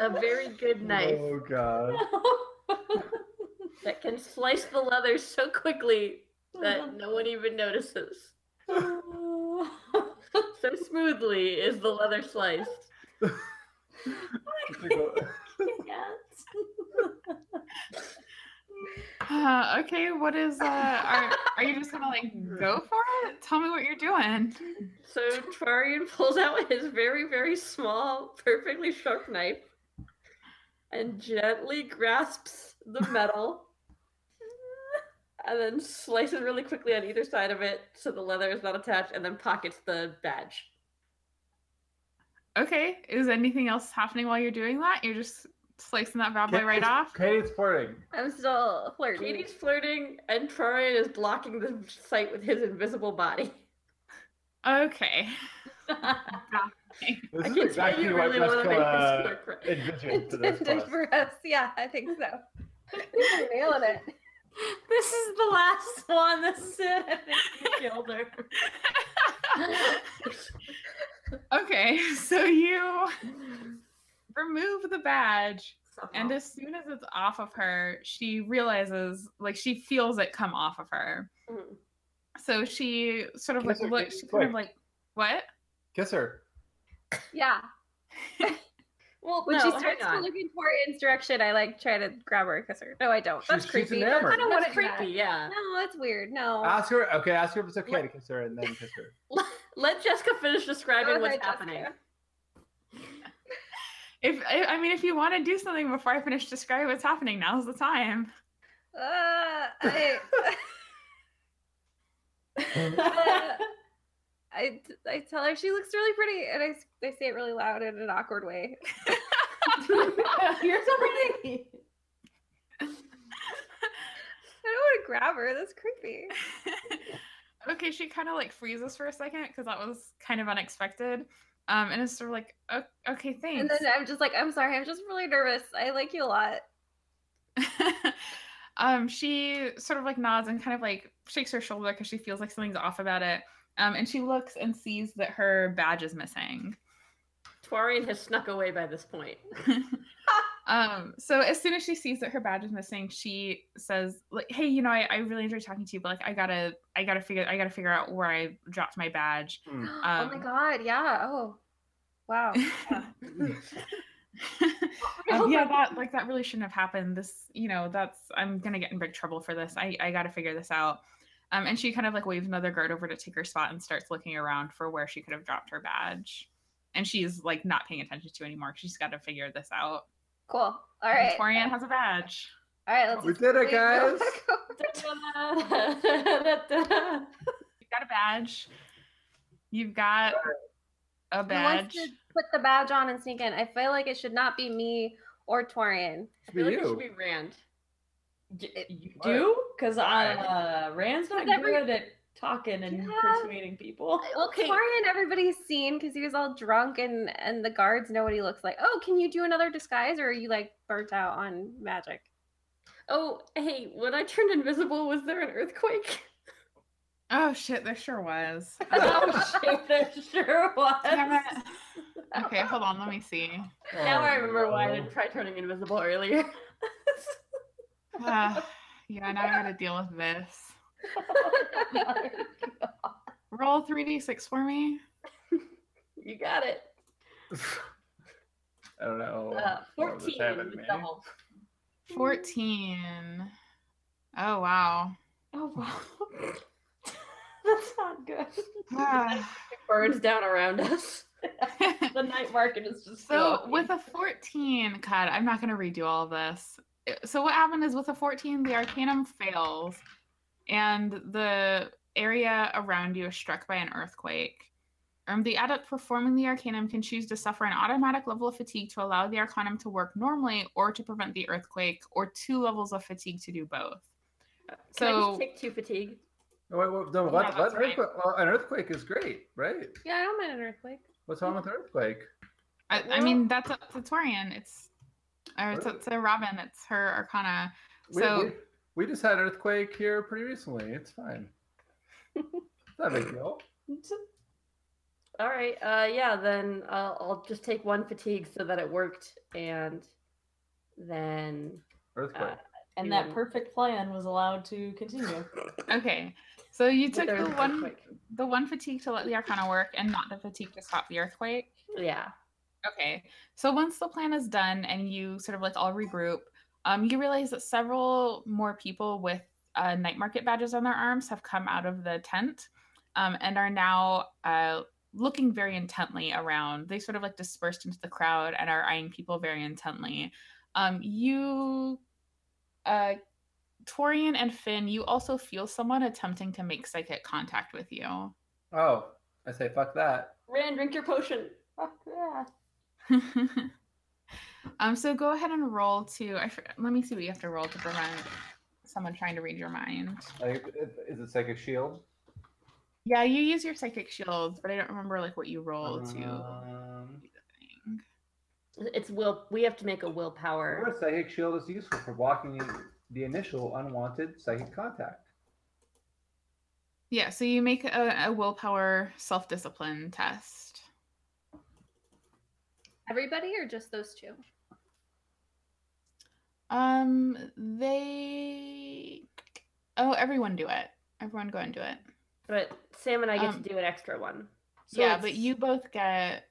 S4: a very good knife
S6: [LAUGHS]
S7: Oh god.
S2: oh
S4: that can slice the leather so quickly that no one even notices. So smoothly is the leather sliced.
S6: [LAUGHS] Uh, okay, what is uh are, are you just gonna like go for it? Tell me what you're doing.
S4: So Twarian pulls out his very, very small, perfectly sharp knife and gently grasps the metal and then slices really quickly on either side of it so the leather is not attached and then pockets the badge.
S6: Okay, is anything else happening while you're doing that? You're just slicing that bad boy right off.
S7: Katie's flirting.
S8: I'm still flirting.
S4: Katie's flirting and Twarian is blocking the sight with his invisible body.
S6: Okay.
S7: This
S4: I
S7: is
S4: can tell
S7: exactly
S4: you
S7: what
S4: really want to make
S7: Vescola
S4: this work
S7: [LAUGHS]
S4: right.
S7: envisioned for this
S8: Intended
S7: class.
S8: for us. Yeah, I think so. I think You're nailing it.
S2: This is the last one. This is it. I think we killed her.
S6: Okay, [LAUGHS] so you
S7: Mm.
S6: remove the badge,
S7: Oh.
S6: and as soon as it's off of her, she realizes, like, she feels it come off of her.
S4: Mhm.
S6: So she sort of
S7: Mm. Can I
S6: like
S7: start
S6: looks,
S7: getting
S6: she kind of
S7: quick?
S6: like, what?
S7: Kiss her.
S8: Yeah.
S4: [LAUGHS] Well,
S8: When
S4: no,
S8: she
S4: hang
S8: starts to
S4: on.
S8: look in Torian's direction, I like try to grab her and kiss her. No, I don't. That's
S7: She's- she's
S8: creepy.
S7: enamored.
S8: I don't want to
S4: That's creepy, yeah.
S8: No, that's weird. No.
S7: Ask her. Okay, ask her if it's okay to kiss her and then kiss
S4: [LAUGHS]
S7: her.
S4: Let Jessica finish
S8: Go
S4: describing what's
S8: ahead, Jessica.
S4: happening.
S6: If I, I mean, if you want to do something before I finish describing what's happening, now's the time. [LAUGHS]
S8: Uh, I, [LAUGHS] I, I tell her she looks really pretty, and I, s- I say it really loud in an awkward way. [LAUGHS]
S2: Here's already.
S8: I don't want to grab her. That's creepy.
S6: okay, she kind of like freezes for a second because that was kind of unexpected. Um, and it's sort of like, "O- okay, thanks.
S8: And then I'm just like, I'm sorry. I'm just really nervous. I like you a lot.
S6: [LAUGHS] um, she sort of like nods and kind of like shakes her shoulder because she feels like something's off about it. Um, and she looks and sees that her badge is missing.
S4: Twarian has snuck away by this
S2: [LAUGHS]
S4: point. [LAUGHS]
S6: um, so as soon as she sees that her badge is missing, she says, "Like, hey, you know, I, I really enjoyed talking to you, but like, I gotta, I gotta figure, I gotta figure out where I dropped my badge."
S8: [GASPS] oh my
S6: Um,
S8: god! Yeah. Oh, [LAUGHS] wow. Oh Yeah.
S6: [LAUGHS] Um, yeah, that like that really shouldn't have happened. This, you know, that's I'm gonna get in big trouble for this. I I gotta figure this out. Um, and she kind of like waves another guard over to take her spot and starts looking around for where she could have dropped her badge. And she's like not paying attention to anymore. 'cause She's got to figure this out.
S8: Cool. All
S6: And
S8: right.
S6: Torian has a badge.
S8: All right. Let's
S7: We did it,
S8: Wait, no. [LAUGHS]
S4: [LAUGHS]
S7: guys.
S6: You've got a badge. You've got a
S8: Who
S6: badge.
S8: wants to put the badge on and sneak in? I feel like it should not be me or Torian.
S7: It's
S4: I feel
S7: for
S4: like it
S7: [LAUGHS]
S4: should
S7: you.
S4: be Rand.
S2: Y- you do? Because uh, Rand's not
S8: Does every-
S2: good at talking and
S8: Yeah.
S2: persuading people.
S8: Well,
S4: Okay.
S8: Torian, everybody's seen because he was all drunk, and and the guards know what he looks like. Oh, can you do another disguise, or are you like burnt out on magic?
S4: Oh, hey, when I turned invisible, was there an earthquake?
S6: Oh shit! There sure
S8: [LAUGHS]
S6: was.
S2: oh shit, there sure [LAUGHS] was.
S6: Damn it. Okay, hold on. Let me see. [SIGHS]
S4: now I remember
S7: Oh,
S4: why I didn't try turning invisible earlier.
S6: Uh, yeah, now I gotta deal with this.
S4: [LAUGHS]
S6: Roll 3d6 for me.
S4: you got it.
S7: [LAUGHS] I don't know.
S4: Uh,
S7: what was
S4: 14
S7: happening to
S4: with
S7: me.
S4: double.
S6: 14. Oh, wow.
S4: Oh, wow. [LAUGHS]
S2: That's not good.
S6: [SIGHS] Ah.
S4: it burns down
S6: [LAUGHS]
S4: around us. The night market is just
S6: so,
S4: glowing.
S6: with a 14, God, I'm not gonna redo all this. It- So, what happened is with a 14, the arcanum fails, and the area around you is struck by an earthquake. Um, the adept performing the arcanum can choose to suffer an automatic level of fatigue to allow the arcanum to work normally or to prevent the earthquake, or two levels of fatigue to do both.
S4: Can I
S6: so-
S4: just take two fatigue?
S7: No, Oh, wait, wait, no,
S6: Yeah,
S7: let, let
S6: that's right.
S7: earthquake, well, an earthquake is great, right?
S8: Yeah, I don't mind an earthquake.
S7: What's wrong with earthquake?
S6: I, I mean, that's up to Torian. It's or it's
S7: Really?
S6: up to Robin. It's her arcana.
S7: We,
S6: So-
S7: we, we just had an earthquake here pretty recently. It's fine. It's not a big deal.
S4: All right. Uh, yeah. Then uh, I'll just take one fatigue so that it worked, and then
S7: Earthquake.
S4: Uh,
S2: and that perfect plan was allowed to
S4: [LAUGHS]
S2: continue.
S6: Okay. So you took
S8: With
S6: the
S8: their
S6: one
S8: earthquake.
S6: the one fatigue to let the arcana work and not the fatigue to stop the earthquake.
S4: Yeah.
S6: Okay. So once the plan is done and you sort of like all regroup, um, you realize that several more people with uh, night market badges on their arms have come out of the tent um, and are now uh, looking very intently around. They sort of like dispersed into the crowd and are eyeing people very intently. Um, you, uh, Torian and Finn, you also feel someone attempting to make psychic contact with you.
S7: Oh, I say fuck that.
S8: Ran, drink your potion. Fuck yeah.
S6: [LAUGHS] um, so go ahead and roll to. I, fr- let me see what you have to roll to prevent someone trying to read your mind.
S7: Like, is it psychic shield?
S6: Yeah, you use your psychic shields, but I don't remember like what you roll to.
S4: Uh,
S7: Um,
S6: do the thing.
S4: It's will. We have to make a willpower.
S7: Or psychic shield is useful for blocking the initial unwanted psychic contact.
S6: Yeah, so you make a, a willpower self discipline test.
S8: Everybody or just those two?
S6: Um, they. Oh, everyone do it. Everyone go and do it.
S4: But Sam and I get
S6: Um,
S4: to do an extra one. So
S6: yeah,
S4: it's-
S6: but you both get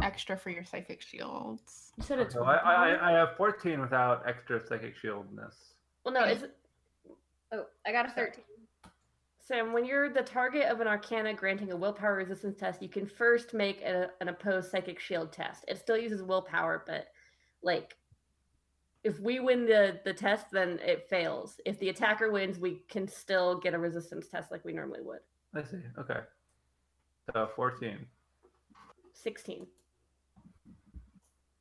S6: extra for your psychic shields.
S2: You said it's
S7: I have 14 without extra psychic shieldness.
S4: Well, no, it's
S8: Oh, I got a 13.
S4: Sam. When you're the target of an Arcana granting a willpower resistance test, you can first make a, an opposed psychic shield test. It still uses willpower, but like, if we win the the test, then it fails. If the attacker wins, we can still get a resistance test like we normally would.
S7: I see. Okay. So 14.
S4: Sixteen.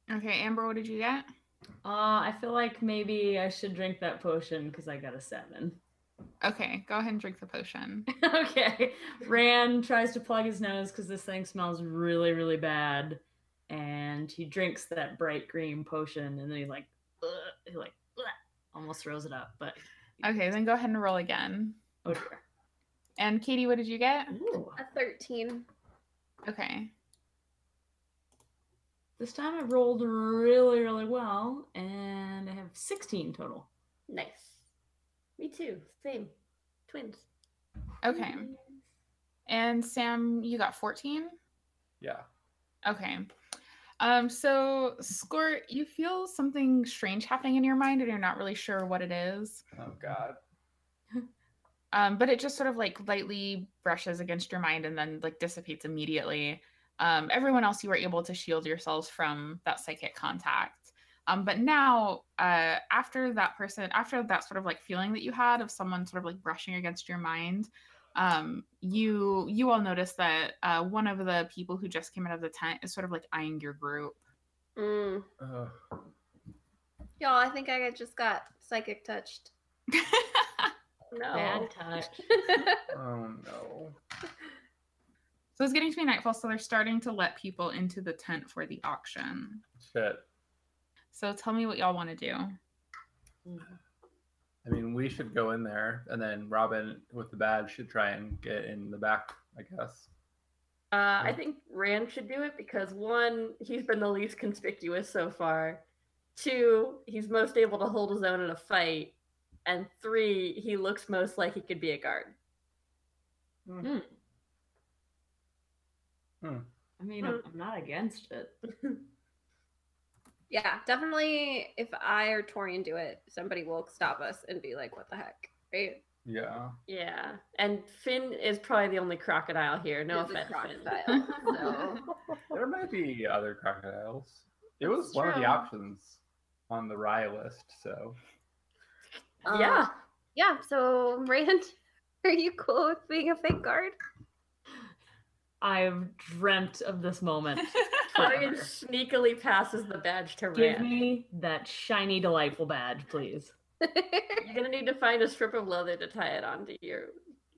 S6: Okay, Amber, what did you get?
S2: Uh, I feel like maybe I should drink that potion because I got a seven. [LAUGHS]
S6: Okay, go ahead and drink the potion.
S2: okay. Ran tries to plug his nose because this thing smells really, really bad. And he drinks that bright green potion and then he like, "Ugh," he like, "Ugh," almost throws it up. But,
S6: Okay, then go ahead and roll again.
S2: oh dear.
S6: And Katie, what did you get?
S2: Ooh.
S8: A 13.
S6: Okay.
S2: This time I rolled really, really well and I have 16 total.
S4: Nice. Me too. Same. Twins.
S6: Okay. And Sam, you got 14?
S7: Yeah.
S6: Okay. Um, so Squirt, you feel something strange happening in your mind and you're not really sure what it is.
S7: Oh, God.
S6: Um, but it just sort of like lightly brushes against your mind and then like dissipates immediately. Um, everyone else you were able to shield yourselves from that psychic contact. Um, but now, uh, after that person, after that sort of like feeling that you had of someone sort of like brushing against your mind, um, you you all notice that uh, one of the people who just came out of the tent is sort of like eyeing your group. [LAUGHS]
S4: Mm.
S7: Ugh. Oh,
S8: Y'all, I think I just got psychic [LAUGHS] touched.
S4: No.
S2: touch.
S7: Oh, no.
S6: So it's getting to be nightfall, so they're starting to let people into the tent for the auction.
S7: Shit.
S6: So tell me what y'all want to do. [LAUGHS]
S7: I mean, we should go in there, and then Robin with the badge should try and get in the back, I guess.
S4: Uh, I think Rand should do it because one, he's been the least conspicuous so far. Two, he's most able to hold his own in a fight. And three, he looks most like he could be a guard.
S2: I mean, I'm, I'm not against it.
S8: Yeah, definitely. If I or Torian do it, somebody will stop us and be like, "What the heck?" Right?
S7: Yeah.
S4: Yeah. And Finn is probably the only crocodile here. No
S8: It's a
S4: offense, Finn.
S8: crocodile. so
S4: [LAUGHS]
S7: There might be other crocodiles. It was
S8: That's
S7: one of the
S8: true.
S7: options on the Rye list, so.
S8: Um,
S4: yeah.
S8: yeah. So Rand, [LAUGHS] are you cool with being a fake guard? [LAUGHS]
S2: I've dreamt of
S6: [LAUGHS]
S2: this moment.
S4: Arian
S2: forever.
S8: Um, [LAUGHS]
S4: sneakily passes the badge to
S2: Give
S4: Rand.
S2: me that shiny, delightful badge, please.
S4: You're going to need to find a strip of leather to tie it onto your,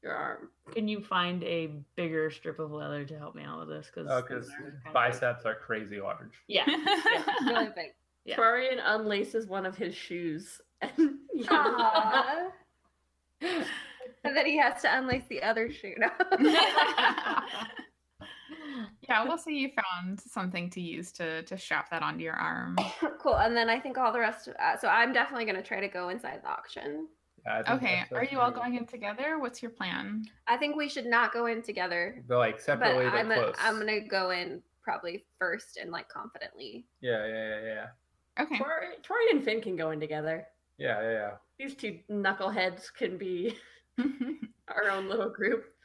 S4: your arm.
S2: Can you find a bigger strip of leather to help me out with this? Because
S7: Oh, because biceps are crazy large.
S2: Yeah.
S8: really
S4: [LAUGHS]
S8: fake.
S2: Yeah.
S4: Tarian unlaces one of his
S2: [LAUGHS]
S4: shoes. and
S8: Aww. [LAUGHS]
S4: [LAUGHS]
S8: and then he has to unlace the other shoe. now.
S6: Yeah, we'll say you found something to use to to strap that onto your arm.
S8: cool. And then I think all the rest. Of, uh, so I'm definitely going to try to go inside the auction.
S7: Yeah, I think
S6: Okay,
S7: that's-
S6: are
S7: that's
S6: you all
S7: pretty-
S6: going in together? What's your plan?
S8: I think we should not go in together,
S7: But like
S8: but
S7: separately, but
S8: I'm gonna,
S7: close.
S8: I'm gonna go in probably first and like confidently.
S7: Yeah, yeah, yeah, yeah,
S6: Okay.
S2: Tori, Tori and Finn can go in together.
S7: yeah, yeah, yeah.
S2: These two knuckleheads can
S4: [LAUGHS]
S2: be our own little group.
S6: [LAUGHS]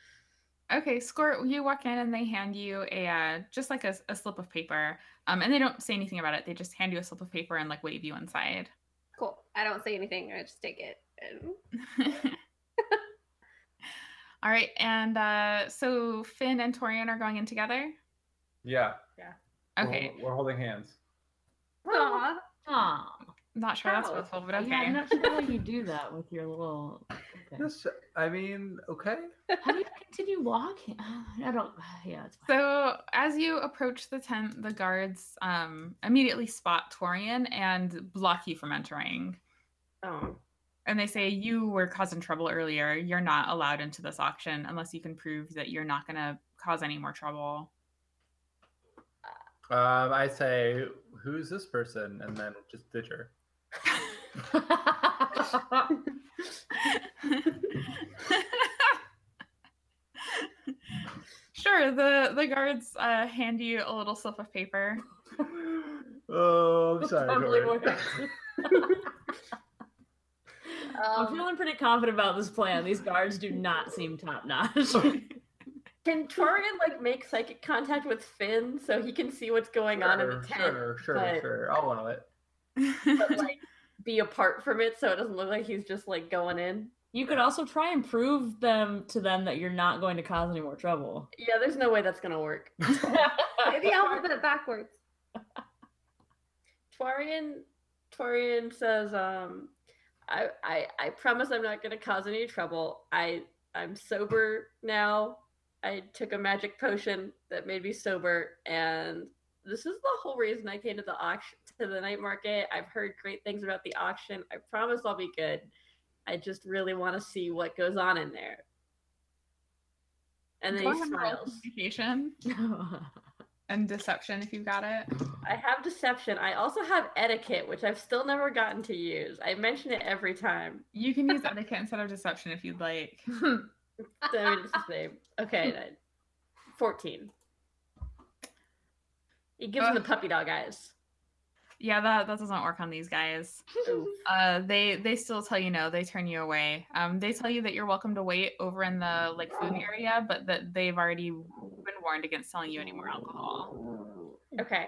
S6: Okay, Squirt, you walk in and they hand you a uh, just like a, s- a slip of paper. Um, and they don't say anything about it. They just hand you a slip of paper and like wave you inside. [LAUGHS]
S8: Cool. I don't say anything. I just take it. And
S6: All right, and uh, so Finn and Torian are going in together.
S7: Yeah. We're hol-
S6: Okay,
S7: We're, holding hands.
S8: Aw.
S2: Aw.
S6: not sure that's
S2: Wow.
S6: possible, but
S2: Yeah, I'm
S6: okay.
S2: not sure how you do that with your
S7: [LAUGHS]
S2: little. okay.
S7: This, I mean, okay.
S2: How do you continue walking? Uh, I don't. [SIGHS] Yeah, it's fine.
S6: So as you approach the tent, the guards um, immediately spot Torian and block you from entering.
S2: Oh.
S6: And they say you were causing trouble earlier. You're not allowed into this auction unless you can prove that you're not going to cause any more trouble. [LAUGHS]
S7: Um, I say, who's this person? And then just ditch her.
S2: [LAUGHS]
S6: sure, the the guards uh, hand you a little slip of paper.
S7: Oh, I'm sorry.
S2: Totally
S7: Jordan.
S2: works. I'm
S8: Um,
S2: feeling pretty confident about this plan. These guards do not seem top notch.
S4: Can Torian like make psychic contact with Finn so he can see what's going on in
S7: Sure,
S4: the tent,
S7: sure, sure,
S4: but-
S7: sure. I'll allow it.
S4: but like be apart from it so it doesn't look like he's just like going in?
S2: you could also try and prove them to them that you're not going to cause any more trouble.
S4: Yeah, there's no way that's gonna work.
S8: maybe I'll flip it backwards.
S4: Torian Torian says, um, I, I I promise I'm not gonna cause any trouble. I I'm sober now. I took a magic potion that made me sober, and this is the whole reason I came to the auction to the night market. I've heard great things about the auction. I promise I'll be good. I just really want to see what goes on in there. And then
S6: [LAUGHS] Go
S4: he
S6: ahead and roll
S4: smiles.
S6: communication and deception if you've got it.
S4: I have deception. I also have etiquette, which I've still never gotten to use. I mention it every time.
S6: You can use etiquette instead of deception if you'd like.
S4: So I mean, it's the same. Okay, then. 14. He gives him the
S6: Ugh.
S4: puppy dog eyes.
S6: Yeah, that, that doesn't work on these guys.
S4: Ooh.
S6: Uh, they they still tell you no. They turn you away. Um, they tell you that you're welcome to wait over in the like food area, but that they've already been warned against selling you any more alcohol.
S4: Okay.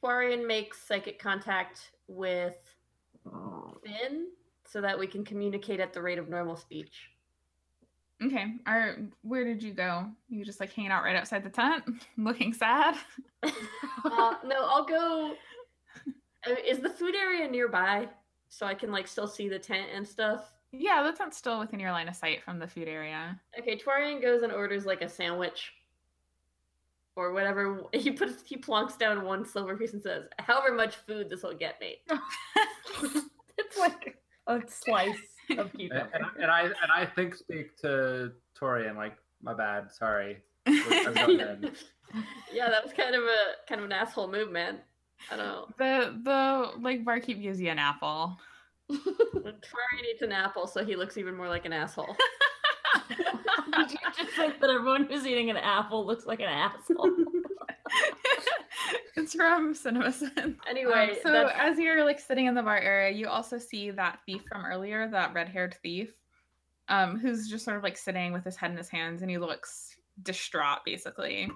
S4: Florian makes psychic contact with Finn so that we can communicate at the rate of normal speech.
S6: Okay, are where did you go? You just like hanging out right outside the tent, [LAUGHS] looking sad. [LAUGHS]
S4: Uh, no, I'll go. Uh, Is the food area nearby so I can like still see the tent and stuff?
S6: Yeah, the tent's still within your line of sight from the food area.
S4: Okay, Torian goes and orders like a sandwich or whatever. [LAUGHS] He puts he plonks down one silver piece and says, "However much food this will
S6: [LAUGHS]
S4: get me."
S2: it's like a slice of
S7: And,
S2: cucumber.
S7: and, [LAUGHS] and I and I think speak to Torian like my bad, sorry. I
S4: [LAUGHS]
S7: jumped in.
S4: yeah, that was kind of a kind of an asshole move, man. I
S6: [LAUGHS]
S4: don't know.
S6: [LAUGHS] The the like barkeep gives you an apple. [LAUGHS]
S4: Torian eats an apple, so he looks even more like
S6: [LAUGHS]
S4: an asshole.
S2: Did you just think that everyone who's eating an apple looks like an asshole?
S6: [LAUGHS] it's from CinemaSins. Um,
S4: Anyway,
S6: so
S4: that's,
S6: as you're like sitting in the bar area, you also see that thief from earlier, that red-haired thief, um, who's just sort of like sitting with his head in his hands, and he looks distraught, basically.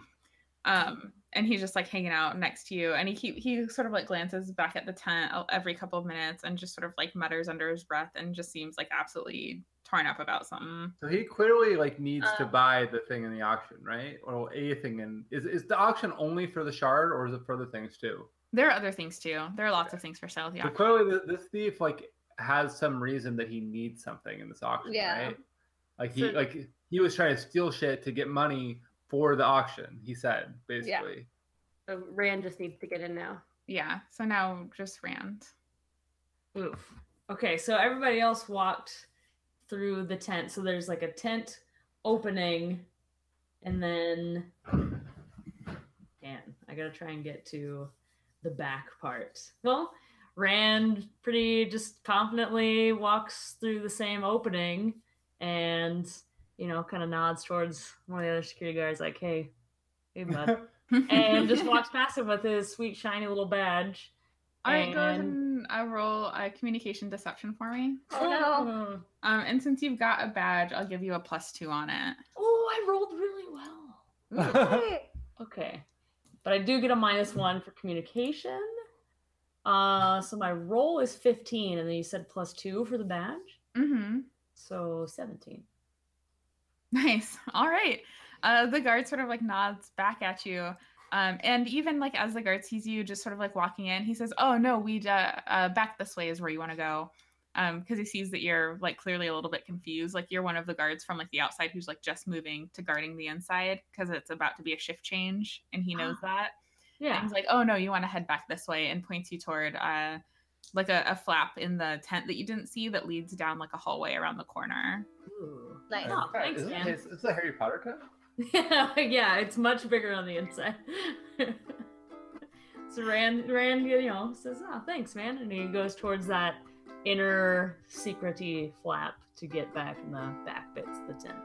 S6: Um, and he's just like hanging out next to you, and he keep he sort of like glances back at the tent el- every couple of minutes, and just sort of like mutters under his breath, and just seems like absolutely torn up about something.
S7: So he clearly like needs to
S4: Um,
S7: buy the thing in the auction, right? Or anything in is is the auction only for the shard or is it for the things too?
S6: There are other things too. There are lots of things for sale. at the
S7: So
S6: auction.
S7: clearly th- this thief like has some reason that he needs something in this auction,
S8: Yeah.
S7: right? Like he
S4: So-
S7: like he was trying to steal shit to get money for the auction, he said, basically.
S4: so Oh, Rand just needs to get in now.
S6: Yeah. So now just Rand.
S2: Oof. Okay, so everybody else walked through the tent. So there's like a tent opening, and then Man, I gotta try and get to the back part. Well, Rand pretty just confidently walks through the same opening and, you know, kind of nods towards one of the other security guards, like, hey, hey, bud.
S7: [LAUGHS]
S6: [LAUGHS]
S2: and just walks past him with his sweet, shiny little badge.
S6: All right, go ahead and uh, roll a communication deception for me.
S2: Oh,
S6: Um, and since you've got a badge, I'll give you a plus two on it.
S2: oh, I rolled really well.
S7: [LAUGHS]
S2: Okay. But I do get a minus one for communication. Uh, so my roll is 15, and then you said plus two for the badge.
S6: Mm-hmm.
S2: So 17.
S6: [LAUGHS] Nice. All right. Uh, the guard sort of like nods back at you. Um, and even like as the guard sees you just sort of like walking in, he says, Oh, no, we uh, uh, back this way is where you want to go. Because he sees that you're like clearly a little bit confused. Like you're one of the guards from like the outside who's like just moving to guarding the inside because it's about to be a shift change. And he
S2: Ah.
S6: knows that. And
S2: Yeah.
S6: he's like, Oh, no, you want to head back this way and points you toward uh, like a, a flap in the tent that you didn't see that leads down like a hallway around the corner.
S2: Ooh.
S8: Nice.
S2: Oh, thanks,
S7: is, it,
S2: man.
S7: is, is it Harry Potter cut?
S2: [LAUGHS] yeah, it's much bigger on the inside. [LAUGHS] so Rand, Rand, you know, says, "Oh, thanks, man," and he goes towards that inner secrety flap to get back in the back bits of the tent.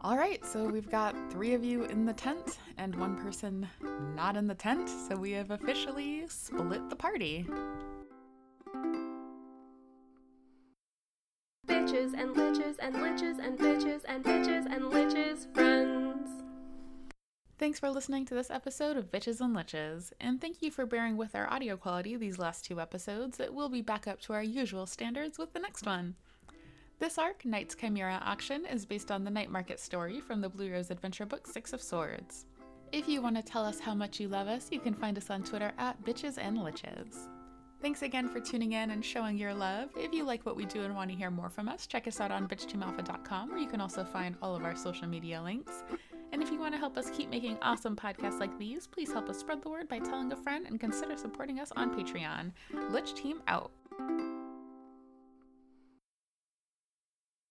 S1: All right, so we've got three of you in the tent and one person not in the tent, so we have officially split the party.
S3: Bitches and liches and liches and bitches and bitches and liches friends.
S1: Thanks for listening to this episode of Bitches and Liches, and thank you for bearing with our audio quality these last two episodes. It will be back up to our usual standards with the next one. This arc, Knight's Chimera Auction, is based on the Night Market story from the Blue Rose Adventure Book Six of Swords. If you want to tell us how much you love us, you can find us on Twitter at Bitches and Liches. Thanks again for tuning in and showing your love. If you like what we do and want to hear more from us, check us out on bitchteamalpha.com where you can also find all of our social media links. And if you want to help us keep making awesome podcasts like these, please help us spread the word by telling a friend and consider supporting us on Patreon. Lich Team out.